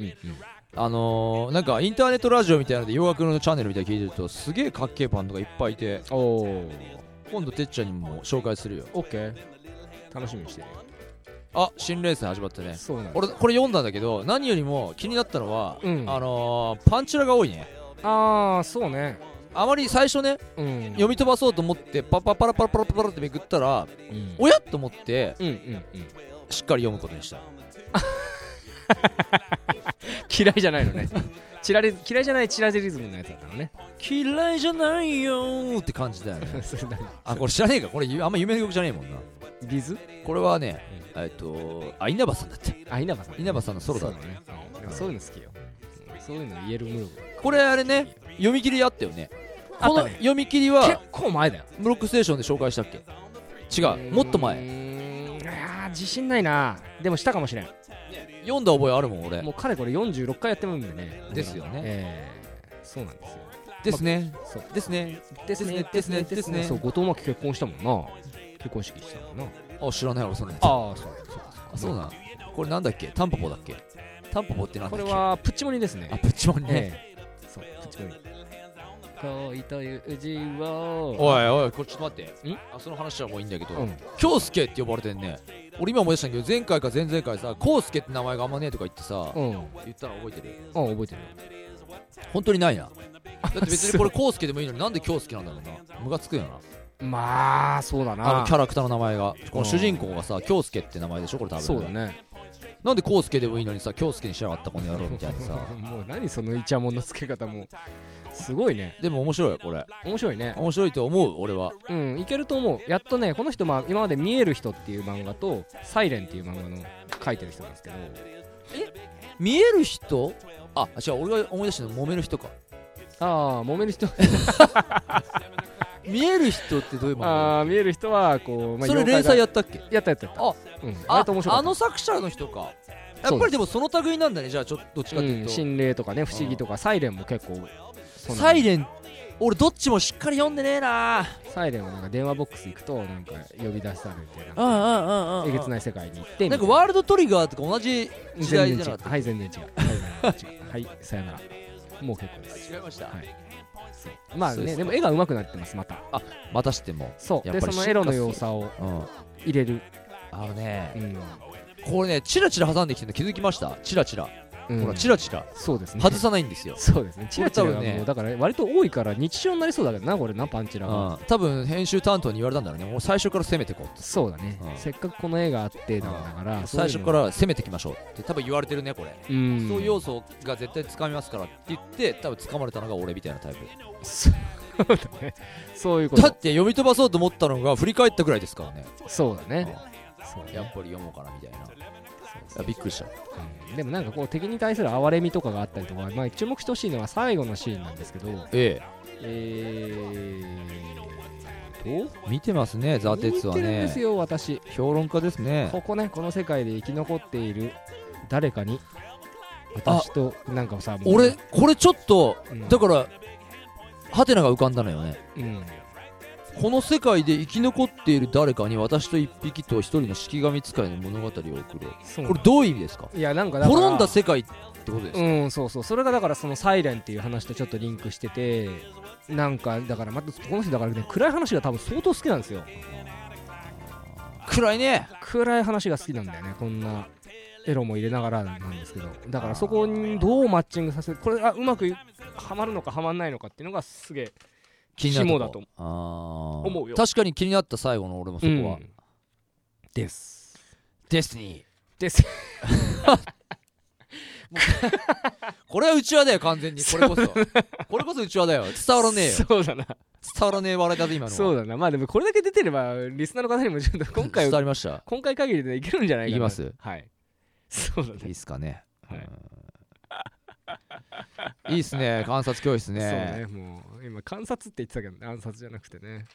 Speaker 3: あのー、なんかインターネットラジオみたいなので洋楽のチャンネルみたいなの聞いてるとすげえかっけえバンドがいっぱいいて
Speaker 4: うんおー
Speaker 3: 今度てっちゃんにも紹介するよ
Speaker 4: オッケー楽しみにしてる
Speaker 3: あ新連載始まったね
Speaker 4: そうなんだ
Speaker 3: 俺これ読んだんだけど何よりも気になったのは、
Speaker 4: うん
Speaker 3: あのー、パンチラが多いね
Speaker 4: ああそうね
Speaker 3: あまり最初ね
Speaker 4: うん
Speaker 3: 読み飛ばそうと思ってパッパッパラパラパラパラってめくったら
Speaker 4: うん
Speaker 3: おやと思って
Speaker 4: うんうんうん
Speaker 3: しっかり読むことにした
Speaker 4: 嫌いじゃないのねチラリ嫌いじゃないチラゼリズムのやつだったのね (laughs)
Speaker 3: 嫌いじゃないよーって感じだよね
Speaker 4: それ何
Speaker 3: あこれ知らねえかこれあんま有名な曲じゃねえもんな
Speaker 4: ビズ
Speaker 3: これはねえっとあ稲葉さんだって
Speaker 4: あ稲葉さん
Speaker 3: 稲葉さんのソロだ
Speaker 4: そう
Speaker 3: ね
Speaker 4: だねうんでもそういうの好きようんそういうの言えるムロ
Speaker 3: これあれね読み切りあったよね
Speaker 4: あっ
Speaker 3: こ
Speaker 4: た
Speaker 3: の
Speaker 4: ね
Speaker 3: 読み切り
Speaker 4: 結
Speaker 3: は
Speaker 4: 構前だよ
Speaker 3: ブロックステーションで紹介したっけ違うもっと前
Speaker 4: 前あ自信ないなでもしたかもしれん
Speaker 3: 読んだ覚えあるもん俺
Speaker 4: もう彼これ46回やってるんでね
Speaker 3: ですよね
Speaker 4: ええそうなんですよ
Speaker 3: ですね
Speaker 4: そう
Speaker 3: ですね
Speaker 4: です
Speaker 3: ねですねですね
Speaker 4: そう後藤真希結婚したもんな結婚式したもんな
Speaker 3: あ知らない俺そんなの
Speaker 4: ああそうそう
Speaker 3: あそうなんこれなんだっけタンポポだっけタンポポってなん
Speaker 4: こ
Speaker 3: だっ
Speaker 4: れ
Speaker 3: け
Speaker 4: はプッチモニですね
Speaker 3: あプッチモンね
Speaker 4: ええそうプッチモニ恋という字を
Speaker 3: おいおいこれちょっと待って
Speaker 4: ん
Speaker 3: あその話はもういいんだけ
Speaker 4: う
Speaker 3: ど
Speaker 4: ん
Speaker 3: 京介って呼ばれてんね俺今思い出したんだけど前回か前々回さ康介って名前があんまねえとか言ってさ
Speaker 4: うんうん
Speaker 3: 言ったの覚えてる
Speaker 4: 覚えてる
Speaker 3: 本当にないなだって別にこれ康介でもいいのになんで京介なんだろうなムカつくよな
Speaker 4: まあそうだ
Speaker 3: あ
Speaker 4: な
Speaker 3: のキャラクターの名前がこ
Speaker 4: う
Speaker 3: の
Speaker 4: ん
Speaker 3: 主人公がさ京介って名前でしょこれ多分
Speaker 4: そうだね
Speaker 3: なんで康介でもいいのにさ京介にしやがったこの野郎みたいなさ
Speaker 4: (laughs) もう何そのイチャモンの付け方もすごいね
Speaker 3: でも面白いよこれ
Speaker 4: 面白いね
Speaker 3: 面白いと思う俺は
Speaker 4: うんいけると思うやっとねこの人まあ今まで「見える人」っていう漫画と「サイレンっていう漫画の書いてる人なんですけど
Speaker 3: 見える人あ違う俺が思い出したの揉める人か
Speaker 4: ああ揉める人
Speaker 3: 見える人ってどういうもの
Speaker 4: ああ見える人はこう、まあ、
Speaker 3: それ連
Speaker 4: 妖怪が
Speaker 3: 載やったっけ
Speaker 4: やったやったやった
Speaker 3: あ
Speaker 4: うん、あ
Speaker 3: あ
Speaker 4: れと面白か
Speaker 3: あ
Speaker 4: った
Speaker 3: の作者の人かや
Speaker 4: そ
Speaker 3: っ
Speaker 4: う
Speaker 3: ぱ
Speaker 4: で
Speaker 3: りでもその類なんだねじゃあちょっとどっちかっていう
Speaker 4: うん
Speaker 3: と
Speaker 4: 心霊とかね不思議とかサイレンも結構そうな
Speaker 3: サ
Speaker 4: ん
Speaker 3: イ
Speaker 4: です
Speaker 3: レン俺どっちもしっかり読んでねえなあ
Speaker 4: サイレンはなんか電話ボックス行くとなんか呼び出されてなん
Speaker 3: う
Speaker 4: か
Speaker 3: んうんうんうん
Speaker 4: えげつない世界に行って
Speaker 3: なんか
Speaker 4: みたい
Speaker 3: ワールドトリガーとか同じ
Speaker 4: な
Speaker 3: 時代
Speaker 4: 全
Speaker 3: じゃな
Speaker 4: 然違
Speaker 3: か
Speaker 4: うはい全然違うはい全然違うはいさよならもう結構で
Speaker 3: っ
Speaker 4: す
Speaker 3: た違いました
Speaker 4: はいまあ
Speaker 3: そうです
Speaker 4: ね
Speaker 3: か
Speaker 4: でも絵が上手くなってますまた
Speaker 3: またしても
Speaker 4: そう
Speaker 3: やっ
Speaker 4: で
Speaker 3: ぱ
Speaker 4: そ
Speaker 3: り
Speaker 4: の
Speaker 3: 進化
Speaker 4: エロの要素を
Speaker 3: うん
Speaker 4: 入れる
Speaker 3: あのね
Speaker 4: うん
Speaker 3: これねチラチラ挟んできてるの気づきましたチラチラ
Speaker 4: うん
Speaker 3: ほらチラチラ
Speaker 4: そうですね
Speaker 3: 外さないんですよ
Speaker 4: そうですねチラチラが
Speaker 3: これ多分
Speaker 4: も
Speaker 3: ね
Speaker 4: うだから割と多いから日常になりそうだけどなこれなパンチラが
Speaker 3: うん多分編集担当に言われたんだろうねもう最初から攻めてこうって
Speaker 4: そうだね
Speaker 3: うん
Speaker 4: せっかくこの絵があってなんだからそ
Speaker 3: 最
Speaker 4: ういう
Speaker 3: 初
Speaker 4: の
Speaker 3: から攻めてきましょうって多分言われてるねこれ、
Speaker 4: うん
Speaker 3: そういう要素が絶対つかみますからって言って多分つかまれたのが俺みたいなタイプ
Speaker 4: そうだねそういうこ
Speaker 3: だっ
Speaker 4: と
Speaker 3: て読み飛ばそうと思ったのが振り返ったぐらいですからね
Speaker 4: そうだねそう
Speaker 3: や
Speaker 4: ね
Speaker 3: っぱり読もうかなみたいな
Speaker 4: そ
Speaker 3: あ
Speaker 4: う
Speaker 3: びっくりした
Speaker 4: うんでもなんかこう敵に対する哀れみとかがあったりとか、まあ、注目してほしいのは最後のシーンなんですけど
Speaker 3: え
Speaker 4: えーと
Speaker 3: え見てますねザ・テツは
Speaker 4: 見てるんです
Speaker 3: ね
Speaker 4: よ私
Speaker 3: 評論家ですね
Speaker 4: ここねこの世界で生き残っている誰かに私となんかさもう
Speaker 3: 俺これちょっと
Speaker 4: うん
Speaker 3: だからハテナが浮かんだのよね
Speaker 4: うん
Speaker 3: この世界で生き残っている誰かに私と一匹と一人の式神使いの物語を送る
Speaker 4: そう
Speaker 3: これどういう意味ですか
Speaker 4: いやなんかだから
Speaker 3: 滅んだ世界ってことですか
Speaker 4: うんそうそうそれがだからその「サイレンっていう話とちょっとリンクしててなんかだからまたこの人だからね暗い話が多分相当好きなんですよ
Speaker 3: 暗いね
Speaker 4: 暗い話が好きなんだよねこんなエロも入れながらなんですけどだからそこにどうマッチングさせるこれがうまくはまるのかはまんないのかっていうのがすげえ
Speaker 3: 気になる
Speaker 4: 肝だと思
Speaker 3: あー
Speaker 4: 思うよ
Speaker 3: 確かに気になった最後の俺もそこは、
Speaker 4: うんです
Speaker 3: デスティニ
Speaker 4: です
Speaker 3: ーこれはうちわだよ完全にこれこそこれこそうちわだよ伝わらねえよ
Speaker 4: (laughs) そうだな
Speaker 3: 伝わらねえ笑い方今のは
Speaker 4: そうだなまあでもこれだけ出てればリスナーの方にもちょっと今回
Speaker 3: (laughs) 伝わりました
Speaker 4: 今回限りでいけるんじゃないかな
Speaker 3: き
Speaker 4: い
Speaker 3: ます
Speaker 4: はいそうだ
Speaker 3: いい
Speaker 4: ね
Speaker 3: っすかね、
Speaker 4: はい
Speaker 3: うんいいっすね観察教室
Speaker 4: そう
Speaker 3: ね
Speaker 4: ねもう今観察って言ってたけど暗殺じゃなくてね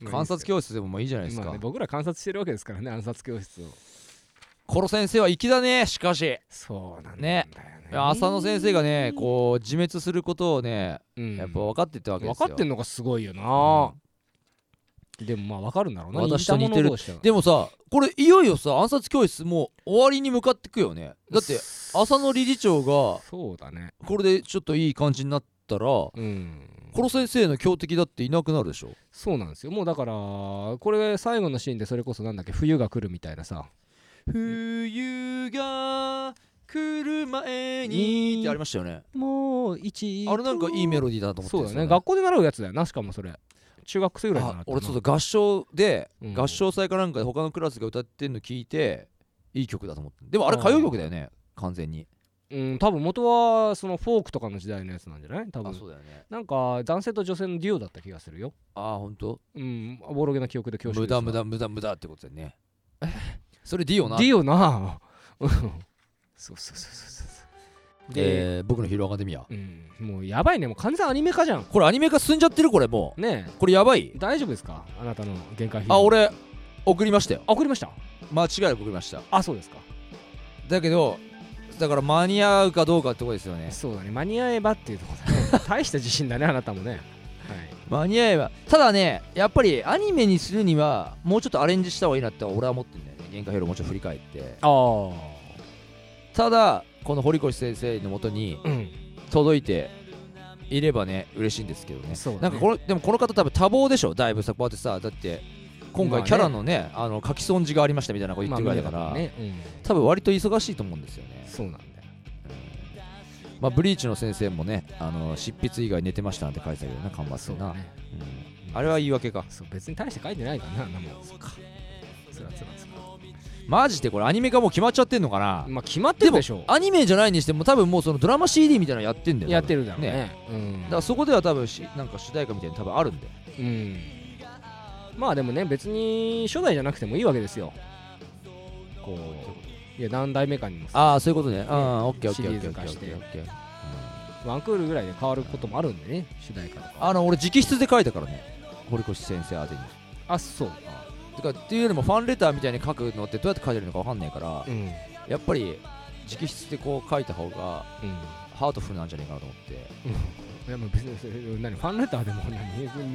Speaker 4: まあ
Speaker 3: 観察教室でもまあいいじゃないです
Speaker 4: ま
Speaker 3: か、
Speaker 4: あね、僕ら観察してるわけですからね暗殺教室を
Speaker 3: コロ先生は粋だねしかし
Speaker 4: そうなんだよね
Speaker 3: ねいや浅野先生がねこう自滅することをね
Speaker 4: うん
Speaker 3: やっぱ分かってったわけで
Speaker 4: 分
Speaker 3: すよ、
Speaker 4: かってんのがすごいよな、でもまあ分かるんだろうな
Speaker 3: 私と似てる
Speaker 4: で
Speaker 3: でもさこれいよいよさ暗殺教室もう終わりに向かってくよねだって浅野理事長が
Speaker 4: そうだね
Speaker 3: これでちょっといい感じになったらコ
Speaker 4: うん
Speaker 3: ロ先生の強敵だっていなくなるでしょ
Speaker 4: そうなんですよもうだからこれ最後のシーンでそれこそなんだっけ冬が来るみたいなさ
Speaker 3: 冬が来る前
Speaker 4: に
Speaker 3: ってありましたよね
Speaker 4: もう一
Speaker 3: あれなんかいいメロディーだなと思って
Speaker 4: そうだね
Speaker 3: 学
Speaker 4: 学校で習うやつだよなしかもそれ中学生ぐらいだな
Speaker 3: 俺ちょっと合唱で、
Speaker 4: うん
Speaker 3: 合唱祭かなんかで他のクラスが歌ってんの聞いていい曲だと思ってでもあれ歌謡曲だよね完全に
Speaker 4: うん多分元はそのフォークとかの時代のやつなんじゃない多
Speaker 3: あ
Speaker 4: 分
Speaker 3: そうだよね
Speaker 4: なんか男性と女性のデュオだった気がするよ
Speaker 3: ああほんと
Speaker 4: うんおぼろげな記憶で恐縮
Speaker 3: 無
Speaker 4: ですが
Speaker 3: 駄無駄無駄無駄ってことだよねそれディオな
Speaker 4: ディオ (laughs) なうんそうそうそうそうそうで、
Speaker 3: えー僕のヒーローアカデミア
Speaker 4: うん、もうやばいねもう完全アニメ化じゃん
Speaker 3: これアニメ化進んじゃってるこれも
Speaker 4: ね
Speaker 3: うこれやばい
Speaker 4: え大丈夫ですかあなたの限界ヒーロー
Speaker 3: あ俺送りましたよ
Speaker 4: あ送りました
Speaker 3: 間違いなく送りました
Speaker 4: あそうですか
Speaker 3: だけどだから間に合うかどうかってことですよね
Speaker 4: そうだね間に合えばっていうところだね (laughs) 大した自信だねあなたもね、はい、
Speaker 3: 間に合えばただねやっぱりアニメにするにはもうちょっとアレンジした方がいいなって俺は思ってるんだよね原価ヒーローもうちょっと振り返って
Speaker 4: あ
Speaker 3: ただこの堀越先生のもとに
Speaker 4: あうん
Speaker 3: 届いていればね嬉しいんですけどね
Speaker 4: そうだ
Speaker 3: な
Speaker 4: ね
Speaker 3: んかこのでもこの方多分多忙でしょだいぶさこうやってさだって今
Speaker 4: ま
Speaker 3: 回
Speaker 4: あね
Speaker 3: キャラのね,、あ、の書き損じがありましたみたいなこと言ってるぐらいだから、
Speaker 4: まあ見ればね
Speaker 3: 多分割と忙しいと思うんですよね
Speaker 4: うん、そうなんだよ
Speaker 3: まあ、ブリーチの先生もねあの執筆以外寝てましたなんて書いてたけどな間伐
Speaker 4: そ
Speaker 3: で
Speaker 4: う
Speaker 3: な
Speaker 4: だ、ね
Speaker 3: うんあれは言い訳か
Speaker 4: そう別に大して書いてないからな何もそうかつらつらつら
Speaker 3: マジでこれアニメ化もう決まっちゃってんのかな、
Speaker 4: まあ決まってるでしょ
Speaker 3: アニメじゃないにしても多分もうそのドラマ CD みたいなのやってんだよ
Speaker 4: やってるだろうね
Speaker 3: ね
Speaker 4: うん
Speaker 3: だからそこでは多分しなんか主題歌みたいなの多分あるんで
Speaker 4: うんまあでもね別に初代じゃなくてもいいわけですよこういや何代目かにもさ
Speaker 3: ああそういうことねうんオッケーオッ
Speaker 4: シ
Speaker 3: ケ
Speaker 4: リ
Speaker 3: ーオ
Speaker 4: ー
Speaker 3: ッケー
Speaker 4: ズ
Speaker 3: オッ
Speaker 4: 化
Speaker 3: ケーオ
Speaker 4: して
Speaker 3: ッケー
Speaker 4: ワンクールぐらいで変わることもあるんでね主題歌とか
Speaker 3: あの俺直筆で書いたからね堀越先生宛てに
Speaker 4: あそう
Speaker 3: てかっていうよりもファンレターみたいに書くのってどうやって書いてるのかわかんないから
Speaker 4: うん、うん、
Speaker 3: やっぱり直筆でこう書いた方がハートフルなんじゃないかなと思って
Speaker 4: いやもう別にそれ何ファンレターでも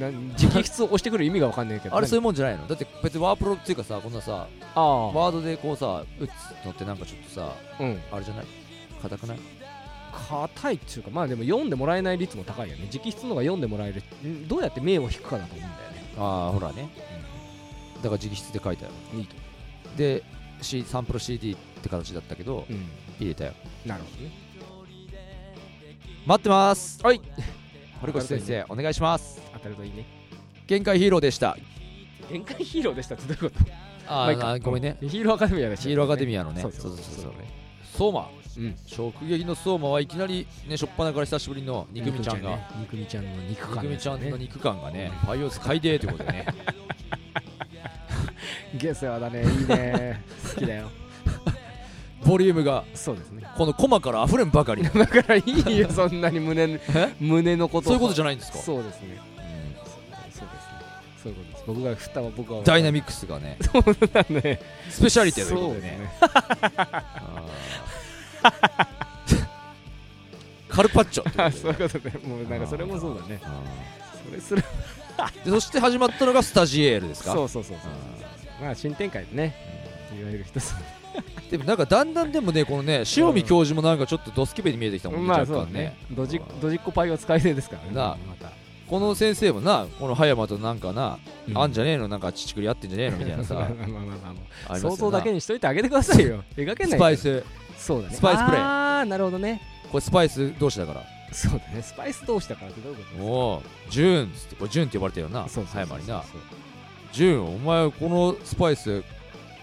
Speaker 4: 何何直筆を押してくる意味が分かんないけど
Speaker 3: あれそうい
Speaker 4: 何
Speaker 3: うもんじゃないのだって別にワープロっていうかさこんなさ
Speaker 4: あ
Speaker 3: ワードでこうさ打つのってなんかちょっとさ
Speaker 4: あうん
Speaker 3: あれじゃない硬くない
Speaker 4: 硬いっていうかまあでも読んでもらえない率も高いよね直筆の方が読んでもらえるんどうやって目を引くかだと思うんだよね、
Speaker 3: ああほらねだから直筆で書いたよ
Speaker 4: うん、いいと
Speaker 3: で、C、サンプル CD って形だったけど
Speaker 4: うん
Speaker 3: 入れたよ
Speaker 4: なるほどね
Speaker 3: 待ってます
Speaker 4: はい
Speaker 3: 堀越先生お願いします
Speaker 4: 当たるといいね
Speaker 3: 限界ヒーローでした
Speaker 4: 限界ヒーローでしたってどういうこと
Speaker 3: あ
Speaker 4: まいい
Speaker 3: ー、
Speaker 4: か
Speaker 3: あーごめんね
Speaker 4: ヒーローアカデミアだし
Speaker 3: ヒーローアカデミアのね
Speaker 4: そうそう
Speaker 3: そうそう
Speaker 4: そ
Speaker 3: そうう相馬
Speaker 4: うん
Speaker 3: 直撃の相馬はいきなりねしょっぱなから久しぶりの肉みちゃんが
Speaker 4: 肉みちゃんの肉
Speaker 3: 肉
Speaker 4: 感
Speaker 3: みちゃんの
Speaker 4: ね
Speaker 3: 肉感がねパイオーツ買いでーということで (laughs) ね
Speaker 4: ゲスだ (laughs) ねいいね好きだよ
Speaker 3: ボリュームが
Speaker 4: そうですね
Speaker 3: このコマから溢れんばかりの
Speaker 4: (laughs) だからいいよそんなに胸の
Speaker 3: え
Speaker 4: 胸のこと
Speaker 3: そういうことじゃ
Speaker 4: ゃ
Speaker 3: ないんですか
Speaker 4: そうですね
Speaker 3: うん
Speaker 4: そうそうですねそういうことです僕が振ったは僕は
Speaker 3: ダイナ
Speaker 4: ミ
Speaker 3: ミックスがね
Speaker 4: ックだ (laughs) ね
Speaker 3: スペシャ
Speaker 4: チ
Speaker 3: リティということでねあー (laughs) カルパッチョってことで
Speaker 4: そういうことねもうなんかそれもそうだね
Speaker 3: あ
Speaker 4: それする
Speaker 3: ーでそして始まったのがスタジエールですか
Speaker 4: そうそうそうそうまあ新展開でねいわゆる一つ
Speaker 3: でもなんかだんだんでもねこのね塩見教授もなんかちょっとドスケベに見えてきたもんね、
Speaker 4: まあ
Speaker 3: 若
Speaker 4: そうだ
Speaker 3: 干
Speaker 4: ね
Speaker 3: ね
Speaker 4: ドジドジっ子パイを使い手ですからね
Speaker 3: なあ
Speaker 4: また
Speaker 3: この先生もなこの葉山となんかな、あんじゃねえのなんか乳くり合ってんじゃねえのみたいなさ
Speaker 4: (laughs) ま
Speaker 3: あ
Speaker 4: あ
Speaker 3: り
Speaker 4: まあまあまあ
Speaker 3: ますよな
Speaker 4: 想像だけにしといてあげてくださいよ描けない
Speaker 3: スパイ
Speaker 4: か
Speaker 3: ス
Speaker 4: らそうだね
Speaker 3: スパイスプレイ
Speaker 4: ああなるほどね
Speaker 3: これスパイス同士だから
Speaker 4: そうだねスパイス同士だからってどういうこと
Speaker 3: おおジューンっつってこれジューンって呼ばれてるよな
Speaker 4: そう
Speaker 3: 葉山にな
Speaker 4: そう
Speaker 3: ジューンお前このスパイス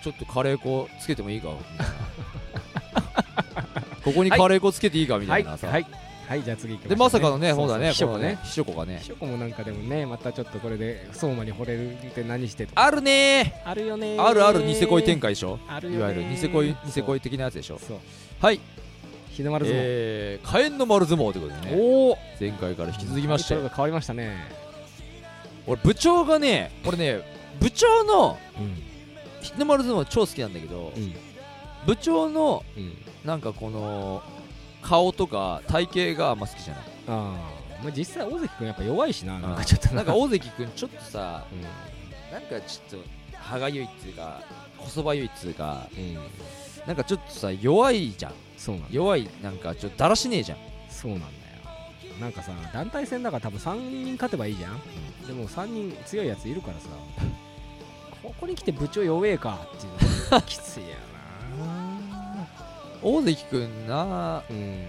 Speaker 3: ちょっとカレー粉つけてもいいかみ
Speaker 4: (laughs)
Speaker 3: たいなここにカレー粉つけていいかみた
Speaker 4: はいい
Speaker 3: なさ、
Speaker 4: はいはいじゃあ次行き
Speaker 3: でまさかのね
Speaker 4: そ
Speaker 3: そうう
Speaker 4: そ
Speaker 3: だ
Speaker 4: う
Speaker 3: ね
Speaker 4: 秘書
Speaker 3: こ
Speaker 4: も
Speaker 3: の
Speaker 4: ね
Speaker 3: ね秘書子がね
Speaker 4: ひしょこもなんかでもねまたちょっとこれで相馬に惚れるって何してとか
Speaker 3: あるね
Speaker 4: あるよね
Speaker 3: ーあるあるニセ恋展
Speaker 4: 開
Speaker 3: 開でしょ
Speaker 4: ある
Speaker 3: い
Speaker 4: よ
Speaker 3: わ
Speaker 4: ね
Speaker 3: ゆるニセ恋ニセ恋的なやつでしょ
Speaker 4: そうそう
Speaker 3: はい
Speaker 4: 日の丸相撲
Speaker 3: えー火炎の丸相撲ということでね
Speaker 4: おお
Speaker 3: 前回から引き続きまして
Speaker 4: タイトルが変わりましたね
Speaker 3: 俺部長がね俺ね部長の
Speaker 4: うん
Speaker 3: 日の丸相撲超好きなんだけど、
Speaker 4: うん
Speaker 3: 部長の
Speaker 4: うん
Speaker 3: なんかこの顔とか体型があんま好きじゃない
Speaker 4: (laughs) ああまあ実際大関君やっぱ弱いしななんかちょっと
Speaker 3: なんか大関君ちょっとさ
Speaker 4: うん
Speaker 3: なんかちょっと歯がゆいっつうか細ばゆいっつうか
Speaker 4: うん
Speaker 3: なんかちょっとさ弱いじゃん
Speaker 4: そうなんだ
Speaker 3: 弱いなんかちょっとだらしねえじゃん
Speaker 4: そうなんだよなんかさ団体戦だから多分3人勝てばいいじゃん、でも3人強いやついるからさここに来て部長弱えかっていうのがきついよな
Speaker 3: 大関君な
Speaker 4: (laughs) うん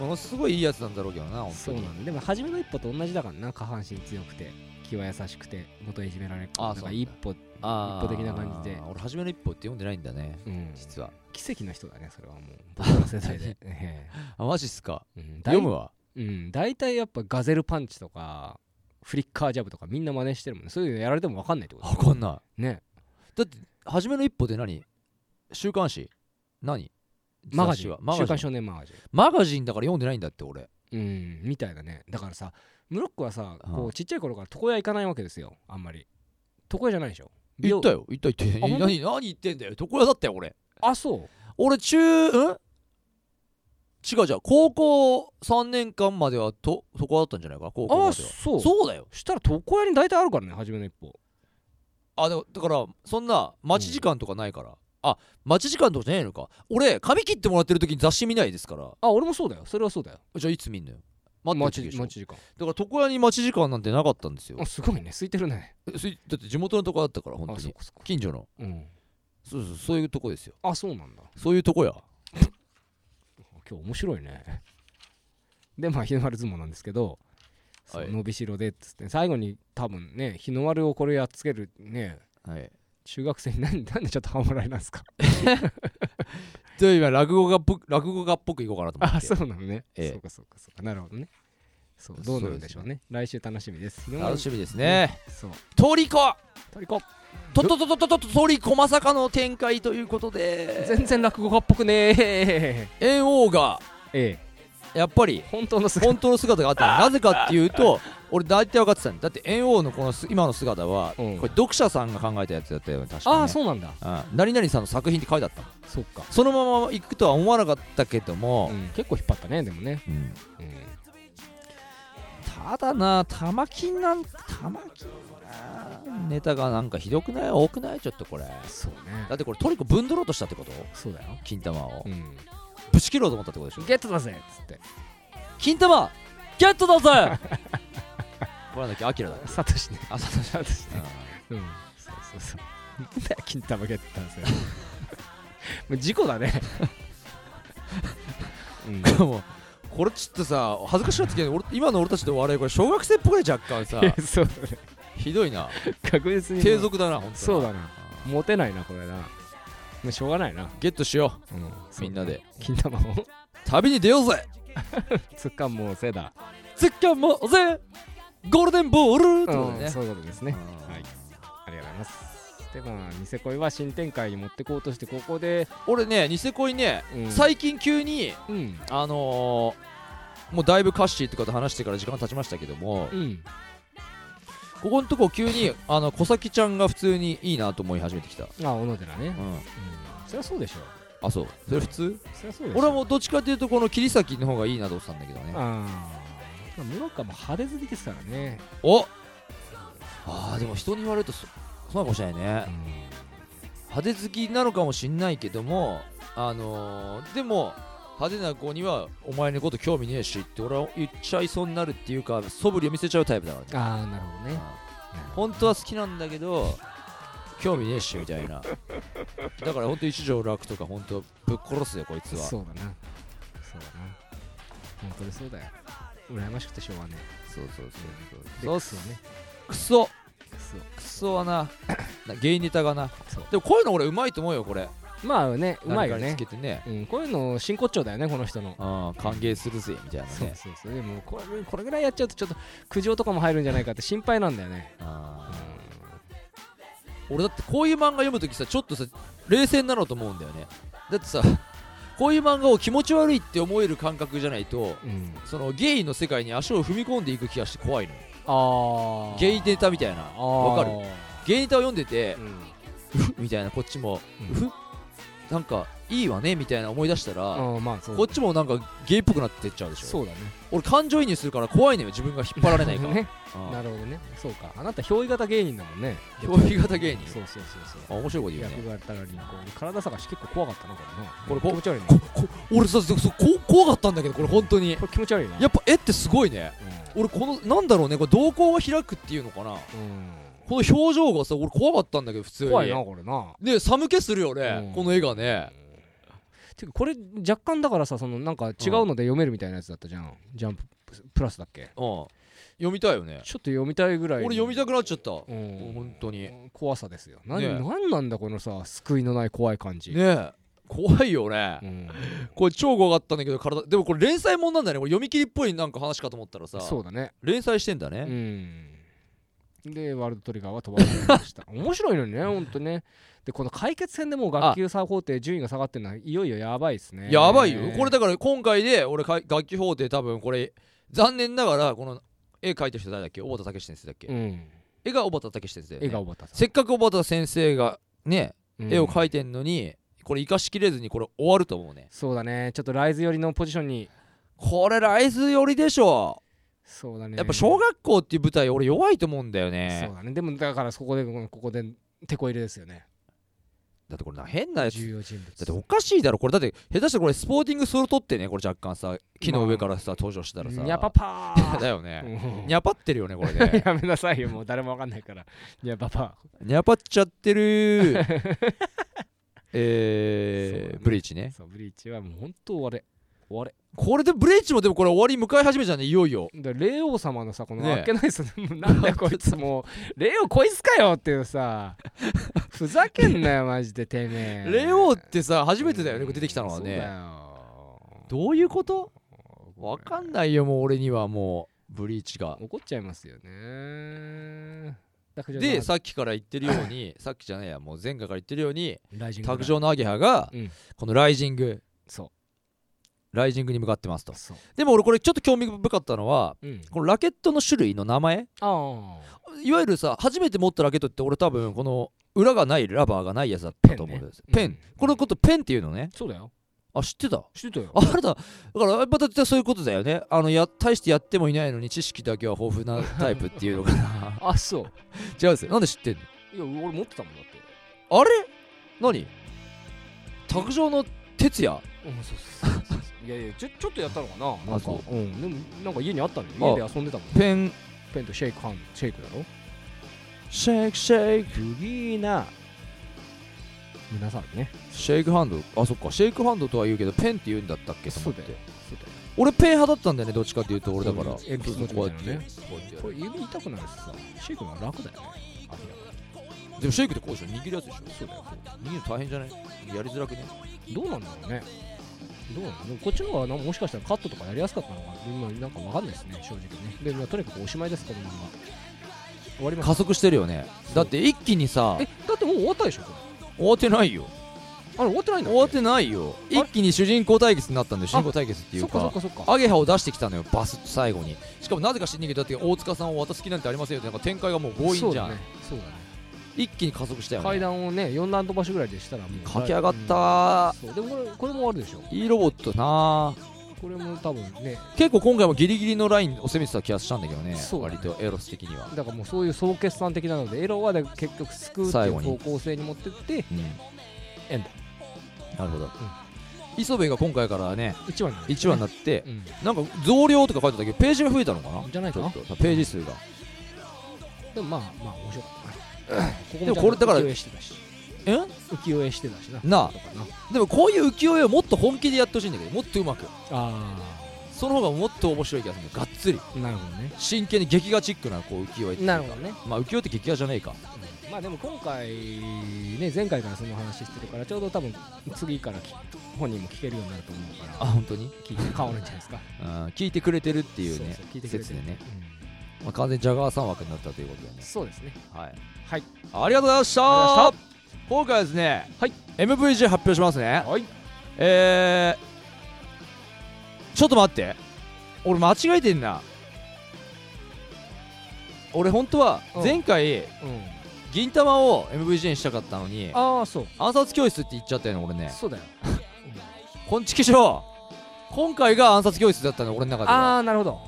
Speaker 3: ものすごいいいやつなんだろうけどな本
Speaker 4: そ
Speaker 3: 当
Speaker 4: う
Speaker 3: に
Speaker 4: なんだでも初めの一歩と同じだからな下半身強くて気は優しくて元へいじめられる
Speaker 3: あ
Speaker 4: な
Speaker 3: あ
Speaker 4: ん
Speaker 3: そうな
Speaker 4: か
Speaker 3: んだ
Speaker 4: 一歩、
Speaker 3: あー
Speaker 4: 一歩的な感じで
Speaker 3: 俺初めの一歩って読んでないんだね
Speaker 4: うん、
Speaker 3: 実は
Speaker 4: 奇跡の人だねそれはもう僕の世代で、 (laughs) え
Speaker 3: あマジっすか
Speaker 4: え (laughs) うん、
Speaker 3: 読むわ
Speaker 4: うん、大体やっぱガゼルパンチとかフリッカージャブとかみんな真似してるもんねそういうのやられても分かんないってことだ
Speaker 3: わかんない
Speaker 4: ね
Speaker 3: だって初めの一歩って何週刊誌何
Speaker 4: マガジ
Speaker 3: 雑誌
Speaker 4: ン
Speaker 3: はマガ
Speaker 4: 週
Speaker 3: ジ
Speaker 4: 刊
Speaker 3: ン
Speaker 4: 少年マガジン
Speaker 3: マガジンだから読んでないんだって俺
Speaker 4: うんみたいだねだからさムロックはさ
Speaker 3: うん
Speaker 4: こうちっちゃい頃から床屋行かないわけですよあんまり床屋じゃないでしょ美
Speaker 3: 言
Speaker 4: 容
Speaker 3: ったよ言った言って
Speaker 4: あほんと
Speaker 3: 何何言ってんだよ床屋だったよ俺
Speaker 4: あそう
Speaker 3: 俺中うん違うじゃん高校3年間まではと床屋だったんじゃないか高校ま
Speaker 4: あ
Speaker 3: では
Speaker 4: そう
Speaker 3: そうだよ
Speaker 4: したら床屋に大体あるからね初めの一歩
Speaker 3: あでもだからそんな待ち時間とかないから、あ待ち時間とかじゃないのか俺髪切ってもらってる時に雑誌見ないですから
Speaker 4: あ俺もそうだよそれはそうだよ
Speaker 3: じゃあいつ見んのよ待
Speaker 4: 待
Speaker 3: ってる時で
Speaker 4: ち
Speaker 3: しょ
Speaker 4: 待ち時間
Speaker 3: だから床屋に待ち時間なんてなかったんですよ
Speaker 4: あすごいね空いてるね
Speaker 3: えそれだって地元のとこだったから本
Speaker 4: あ
Speaker 3: 当
Speaker 4: そっ
Speaker 3: に
Speaker 4: かそっか
Speaker 3: 近所の
Speaker 4: うん
Speaker 3: そうそうそういうとこですよ
Speaker 4: あそうなんだ
Speaker 3: そういうとこや
Speaker 4: 今日面白いね (laughs) でまあ日の丸相撲なんですけど、そう
Speaker 3: はい
Speaker 4: 伸びしろでっつって最後に多分ね日の丸をこれやっつけるね
Speaker 3: はい
Speaker 4: 中学生になんなんでちょっと半笑いなんですか
Speaker 3: で今落語がっぽく落語家っぽくいこうかなと思って
Speaker 4: あそうなのね、
Speaker 3: ええ
Speaker 4: そうかそうかそうかなるほどねそう
Speaker 3: そう
Speaker 4: どうなるんでしょうね来週楽しみです日の丸
Speaker 3: 楽しみですね
Speaker 4: そう
Speaker 3: トリコ
Speaker 4: トリコ
Speaker 3: とととととととトリコまさかの展開ということで
Speaker 4: 全然落語家っぽくねえ
Speaker 3: 猿翁が
Speaker 4: え
Speaker 3: やっぱり
Speaker 4: 本当の姿
Speaker 3: 本当の姿があったのなぜかっていうと俺大体分かってたんだだって猿翁のこのす今の姿は、
Speaker 4: うん
Speaker 3: これ読者さんが考えたやつだったよね確かね
Speaker 4: ああそうなんだ
Speaker 3: うん、何々さんの作品って書いてあった
Speaker 4: そっか
Speaker 3: そのまま行くとは思わなかったけども、
Speaker 4: うん結構引っ張ったねでもね
Speaker 3: うん
Speaker 4: うん
Speaker 3: ただな玉金なん玉金なネタがなんかひどくない多くないちょっとこれだ
Speaker 4: そうね
Speaker 3: ってこれトリコぶんどろうとしたってこと
Speaker 4: そうだよ
Speaker 3: 金玉を、
Speaker 4: うん
Speaker 3: ぶち切ろうと思ったってことでしょ
Speaker 4: ゲットだぜっつって
Speaker 3: 金玉ゲットだ (laughs) ぜこれなんだっけアキラだっ (laughs) け
Speaker 4: サトシね
Speaker 3: あそう
Speaker 4: サトシね
Speaker 3: だ
Speaker 4: うんそうそうそうなんだよ金玉ゲットだぜ (laughs) もう事故だ (laughs) ねうん
Speaker 3: うんもうこれちょっとさ恥ずかしくなってきて俺今の俺たちの笑いこれ小学生っぽいね若干さ
Speaker 4: (laughs) そうだね
Speaker 3: ひどいな
Speaker 4: 確実に
Speaker 3: 低俗だな本当
Speaker 4: そうだ
Speaker 3: な
Speaker 4: なモテないなこれなもうしょうがないな
Speaker 3: ゲットしよ
Speaker 4: うん
Speaker 3: うみんなで
Speaker 4: 金玉を
Speaker 3: 旅に出ようぜ
Speaker 4: つかもうせだ
Speaker 3: つかもうぜゴールデンボールってこと
Speaker 4: うん
Speaker 3: でね
Speaker 4: そういうことですね
Speaker 3: うん
Speaker 4: はいありがとうございますでまあニセ恋は新展開に持ってこうとしてここで
Speaker 3: 俺ねニセ恋ね
Speaker 4: うん
Speaker 3: 最近急に
Speaker 4: うん
Speaker 3: あのーもうだいぶカッシーってこと話してから時間経ちましたけども
Speaker 4: うん
Speaker 3: ここのとこ急にあの小崎ちゃんが普通にいいなと思い始めてきた
Speaker 4: あ小野寺ね
Speaker 3: うん
Speaker 4: うんそりゃそうでしょ
Speaker 3: あそうそれ普通
Speaker 4: そりゃそうでしょ
Speaker 3: 俺はもうどっちかっていうとこの桐崎の方がいいなと思ってたんだけどね
Speaker 4: ああムロッカも派手好きですからね、
Speaker 3: おあーでも人に言われるとそそうなのかもしれないね派手好きなのかもしんないけどもあのーでも派手な子にはお前のこと興味ねえしって俺は言っちゃいそうになるっていうか素振りを見せちゃうタイプだからね
Speaker 4: ああなるほどね
Speaker 3: 本当は好きなんだけど興味ねえしみたいなだから本当一条楽とか本当ぶっ殺すよこいつは
Speaker 4: そうだなそうだな本当にそうだよ羨ましくてしょうがね
Speaker 3: そうそうそう
Speaker 4: え
Speaker 3: そう
Speaker 4: っすよね
Speaker 3: クソ
Speaker 4: そう
Speaker 3: クソはなな芸ネタがな
Speaker 4: そう
Speaker 3: でもこういうの俺うまいと思うよこれ
Speaker 4: まあねうまい
Speaker 3: 何か
Speaker 4: よ
Speaker 3: に
Speaker 4: ね
Speaker 3: つけてね
Speaker 4: うん、こういうの真骨頂だよねこの人の
Speaker 3: あー歓迎するぜみたいな
Speaker 4: そう
Speaker 3: ね
Speaker 4: そうそうでもこれこれぐらいやっちゃうとちょっと苦情とかも入るんじゃないかって心配なんだよね
Speaker 3: あ
Speaker 4: うん
Speaker 3: ー俺だってこういう漫画読むときさちょっとさ冷静になろうと思うんだよねだってさこういう漫画を気持ち悪いって思える感覚じゃないと
Speaker 4: うん
Speaker 3: そのゲイの世界に足を踏み込んでいく気がして怖いのよ
Speaker 4: ああ
Speaker 3: ゲイネタみたいなわかるゲイネタを読んでて
Speaker 4: う、ん
Speaker 3: みたいなこっちも、
Speaker 4: うん
Speaker 3: ふなんかいいわねみたいな思い出したら、
Speaker 4: あーまあそう
Speaker 3: こっちもなんかゲイっぽくなってっちゃうでしょ
Speaker 4: そうだね
Speaker 3: 俺感情移入するから怖いのよ自分が引っ張られないから、
Speaker 4: (laughs) ね
Speaker 3: うん
Speaker 4: なるほどねそうかあなた憑依型芸人だも
Speaker 3: (laughs)
Speaker 4: んね
Speaker 3: 憑依型芸人
Speaker 4: そうそうそうそう
Speaker 3: あ面白いこと言う
Speaker 4: 役
Speaker 3: ね
Speaker 4: があったらにこう体探し結構怖かったなこれな
Speaker 3: これこ
Speaker 4: 気持ち悪いな
Speaker 3: ここ俺さそそこ怖かったんだけどこれ本当に
Speaker 4: これ気持ち悪いな
Speaker 3: やっぱ絵ってすごいね俺このなんだろうねこれ瞳孔が開くっていうのかな
Speaker 4: うん
Speaker 3: この表情がさ俺怖かったんだけど普通
Speaker 4: うん
Speaker 3: に
Speaker 4: 怖いなこれな
Speaker 3: で寒気するよね、
Speaker 4: うん
Speaker 3: この絵がね
Speaker 4: てかこれ若干だからさそのなんか違うので読めるみたいなやつだったじゃんジャンププラスだっけ
Speaker 3: うん読みたいよね
Speaker 4: ちょっと読みたいぐらい
Speaker 3: 俺読みた
Speaker 4: く
Speaker 3: くなっちゃった、
Speaker 4: う
Speaker 3: もうん本当にね
Speaker 4: 怖さですよ何,、
Speaker 3: ねえ
Speaker 4: 何なんだこのさ救いのない怖い感じ、
Speaker 3: え怖いよね、
Speaker 4: うん、
Speaker 3: これ超怖かったんだけど体でもこれ連載もんなんだねこれ読み切りっぽいなんか話かと思ったらさ
Speaker 4: そうだね
Speaker 3: 連載してんだね、
Speaker 4: うんでワールドトリガーは飛ばされました
Speaker 3: (laughs)
Speaker 4: 面白いのにねほんとねでこの解決戦でもう学級最高定順位が下がってるのはいよいよやばいですね
Speaker 3: やばいよこれだから今回で俺か楽器法廷多分これ残念ながらこの絵描いてる人誰だっけ小畑武史先生だっけ、
Speaker 4: うん
Speaker 3: 絵が小畑武史先生だよね
Speaker 4: 絵がおばたさん
Speaker 3: せっかく小畑先生がね絵を描
Speaker 4: い
Speaker 3: いてんのに、これ生かしきれずにこれ終わると思うね
Speaker 4: そうだねちょっとライズ寄りのポジションに
Speaker 3: これライズ寄りでしょ
Speaker 4: そうだね
Speaker 3: やっぱ小学校っていう舞台俺弱いと思うんだよね
Speaker 4: そうだねでもだからそこでここで手こ入れですよね
Speaker 3: だってこれな変なやつ
Speaker 4: 重要人物
Speaker 3: だっておかしいだろこれだって下手したらこれスポーティングソルトってねこれ若干さ木の上からさ登場してたらさ
Speaker 4: にゃぱぱ
Speaker 3: (laughs) だ
Speaker 4: ー
Speaker 3: よね
Speaker 4: うん
Speaker 3: にゃぱってるよねこれ
Speaker 4: (laughs)
Speaker 3: ね
Speaker 4: やめなさいよもう誰もわかんないからにゃぱぱ
Speaker 3: にゃぱっちゃって
Speaker 4: (laughs)
Speaker 3: るーえー
Speaker 4: そうだね
Speaker 3: ブリーチね
Speaker 4: そうブリーチはもう本当終われ終われ
Speaker 3: これでブリーチもでもこれ終わり迎え始めじゃんねいよいよ
Speaker 4: だから霊王様のさ (laughs) この
Speaker 3: ねえ
Speaker 4: あっけないっすねもうなんだよこいつもう霊王こいつかよってい
Speaker 3: (laughs)
Speaker 4: うさふざけんなよマジでてめえ
Speaker 3: レオってさ初めてだよね出てきたのは
Speaker 4: そうだ
Speaker 3: ね
Speaker 4: よ
Speaker 3: どういうことわかんないよもう俺にはもうブリーチが
Speaker 4: 怒っちゃいますよねだからじゃあま
Speaker 3: で
Speaker 4: あ
Speaker 3: さっきから言ってるようにさっきじゃないやもう前回から言ってるように
Speaker 4: ライジング
Speaker 3: 卓上のアゲハが
Speaker 4: うん
Speaker 3: このライジング
Speaker 4: そ
Speaker 3: ライジングに向かってますと
Speaker 4: うそう
Speaker 3: でも俺これちょっと興味深かったのは
Speaker 4: うん
Speaker 3: このラケットの種類の名前
Speaker 4: ああ
Speaker 3: いわゆるさ初めて持ったラケットって俺多分この裏がないラバーがないやつだったと思うんですペ
Speaker 4: ペ
Speaker 3: ン,、
Speaker 4: ンねうん
Speaker 3: このことペンっていうのね
Speaker 4: そうだよ
Speaker 3: あ知ってた
Speaker 4: 知ってたよ
Speaker 3: あれだだからまたそういうことだよねあのや大してやってもいないのに知識だけは豊富なタイプっていうの
Speaker 4: (laughs)
Speaker 3: かな
Speaker 4: あそう
Speaker 3: 違うんですよなんで知ってん
Speaker 4: いや俺持ってたもんだって
Speaker 3: のあれ何卓上の哲也
Speaker 4: うんそうそうそうそうそういやいやちょちょっとやったのかななんか
Speaker 3: そう
Speaker 4: うんでもなんか家にあったの
Speaker 3: あ
Speaker 4: よ家で遊んでたもん
Speaker 3: ペン
Speaker 4: ペンとシェイクハンシェイクだろ
Speaker 3: シェイクシェイク
Speaker 4: ブギーな皆さんね
Speaker 3: シェイクハンドあそっかシェイクハンドとは言うけどペンって言うんだったっけと思って
Speaker 4: そうだよ
Speaker 3: 俺ペン派だったんだよねどっちかっていうと俺だから
Speaker 4: そう鉛筆持ち
Speaker 3: こ
Speaker 4: み
Speaker 3: う
Speaker 4: た
Speaker 3: やって
Speaker 4: いなね
Speaker 3: こうやってや
Speaker 4: こ
Speaker 3: る
Speaker 4: れ指痛くなるしさシェイクの方が楽だよね明らか
Speaker 3: でもシェイクってこうでしょ握るやつでしょそうだよ握るの大変じゃないやりづらくね
Speaker 4: にどうなんだろうねどうなのこっちの方がなもしかしたらカットとかやりやすかったのかな今なんかわかんないですね正直ねで、まあ、とにかくおしまいですこのまま終わりま
Speaker 3: 加
Speaker 4: す
Speaker 3: 速してるよねだって一気にさ
Speaker 4: えだってもう終わったでしょこれ
Speaker 3: 終わってないよ
Speaker 4: あれ終わってないんだ
Speaker 3: 終わってないよ
Speaker 4: れ
Speaker 3: 一気に主人公対決になったんだよ主人公対決ってい
Speaker 4: そっ
Speaker 3: う
Speaker 4: かそ
Speaker 3: か
Speaker 4: っかそっか
Speaker 3: アゲハを出してきたのよバスッと最後にしかもなぜか知んねえけどだって大塚さんを渡す気なんてありませんよってなんか展開がもう強引じゃん、
Speaker 4: そうだねそうだね
Speaker 3: 一気に加速したよね
Speaker 4: 階段をね4段飛ばしぐらいでしたらもう
Speaker 3: 駆け上がった
Speaker 4: うんそうでもこれこれも終わるでしょ
Speaker 3: いいロボットなあ
Speaker 4: これも多分ね
Speaker 3: 結構今回もギリギリのラインを攻めてた気がしたんだけどね
Speaker 4: そうだね
Speaker 3: 割とエロス的には、
Speaker 4: だからもうそういう総決算的なのでエロはだから結局救うってい
Speaker 3: 最
Speaker 4: う
Speaker 3: 後に
Speaker 4: 方向性に持ってって
Speaker 3: うん、
Speaker 4: エン
Speaker 3: なるほど、磯部が今回からね
Speaker 4: 1話になる
Speaker 3: 1話になって、
Speaker 4: うん
Speaker 3: なんか増量とか書いてたけどページが増えたのかな
Speaker 4: じゃないかな
Speaker 3: ちょっとページ数が
Speaker 4: でもまあまあ面白かっ
Speaker 3: (clears throat)
Speaker 4: たなこ
Speaker 3: でもこれだから
Speaker 4: 浮世絵してたし
Speaker 3: え
Speaker 4: 浮世絵してたしな
Speaker 3: なあ
Speaker 4: とかな
Speaker 3: でもこういう浮世絵をもっと本気でやってほしいんだけどもっとうまく
Speaker 4: あ
Speaker 3: その方がもっと面白い気がするがっつり
Speaker 4: あなるほどね
Speaker 3: 真剣に劇画チックなこう浮世絵っていうか
Speaker 4: なるほどね、
Speaker 3: まあ浮世絵って劇画じゃねえか
Speaker 4: うんまあでも今回ね前回からその話してるからちょうど多分次からき本人も聞けるようになると思うから
Speaker 3: あ本当に
Speaker 4: 聞いて変わるんじゃないですかっ
Speaker 3: うん聞いてくれてるって
Speaker 4: て
Speaker 3: いうね
Speaker 4: 聞いてくれ
Speaker 3: 説
Speaker 4: て
Speaker 3: で
Speaker 4: る
Speaker 3: ね、
Speaker 4: うん
Speaker 3: まあ、完全にジャガー3枠になったということでね
Speaker 4: そうですね
Speaker 3: はい
Speaker 4: はい
Speaker 3: ありがとうございました
Speaker 4: ありがとう
Speaker 3: 今回はですね、
Speaker 4: はい
Speaker 3: MVG 発表しますね
Speaker 4: はい
Speaker 3: えー、ちょっと待って俺間違えてんな俺本当は
Speaker 4: うん
Speaker 3: 前回
Speaker 4: うん
Speaker 3: 銀玉を MVJ にしたかったのに
Speaker 4: ああそう
Speaker 3: 暗殺教室って言っちゃったよね俺ね
Speaker 4: そうだよ
Speaker 3: こんちきしょう今回が暗殺教室だったの俺の中で
Speaker 4: あ
Speaker 3: は
Speaker 4: あなるほど、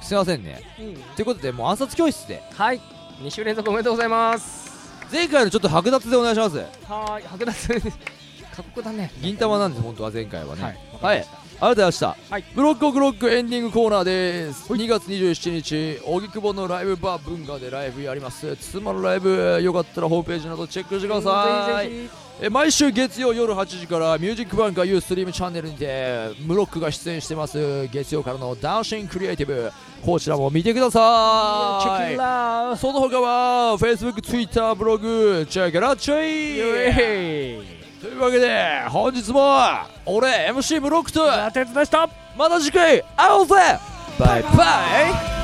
Speaker 3: すいませんね
Speaker 4: うん、
Speaker 3: ということでもう暗殺教室で
Speaker 4: はい2週連続おめでとうございます
Speaker 3: 前回のちょっと剥奪でお願いします
Speaker 4: はーい剥奪 (laughs) 過酷だね
Speaker 3: 銀玉なんです本当は前回はね、
Speaker 4: はい
Speaker 3: はいありがとうございました、
Speaker 4: はい
Speaker 3: ブロックオクロックエンディングコーナーです、2月27日荻窪のライブバー文化でライブやりますつまのライブよかったらホームページなどチェックしてください
Speaker 4: ぜひぜ
Speaker 3: え毎週月曜夜8時からミュージックバンカーユーストリームチャンネルにてムロックが出演してます月曜からのダンシングクリエイティブこちらも見てくだ
Speaker 4: ひチェ
Speaker 3: さ
Speaker 4: ッ
Speaker 3: い
Speaker 4: クラー
Speaker 3: その他は Facebook、Twitter、ブログチェックラッチ
Speaker 4: イ
Speaker 3: ェイ
Speaker 4: エーイ
Speaker 3: というわけで本日も俺 MC ブロックと
Speaker 4: ザ・鉄でした
Speaker 3: また次回会おうぜバイバイ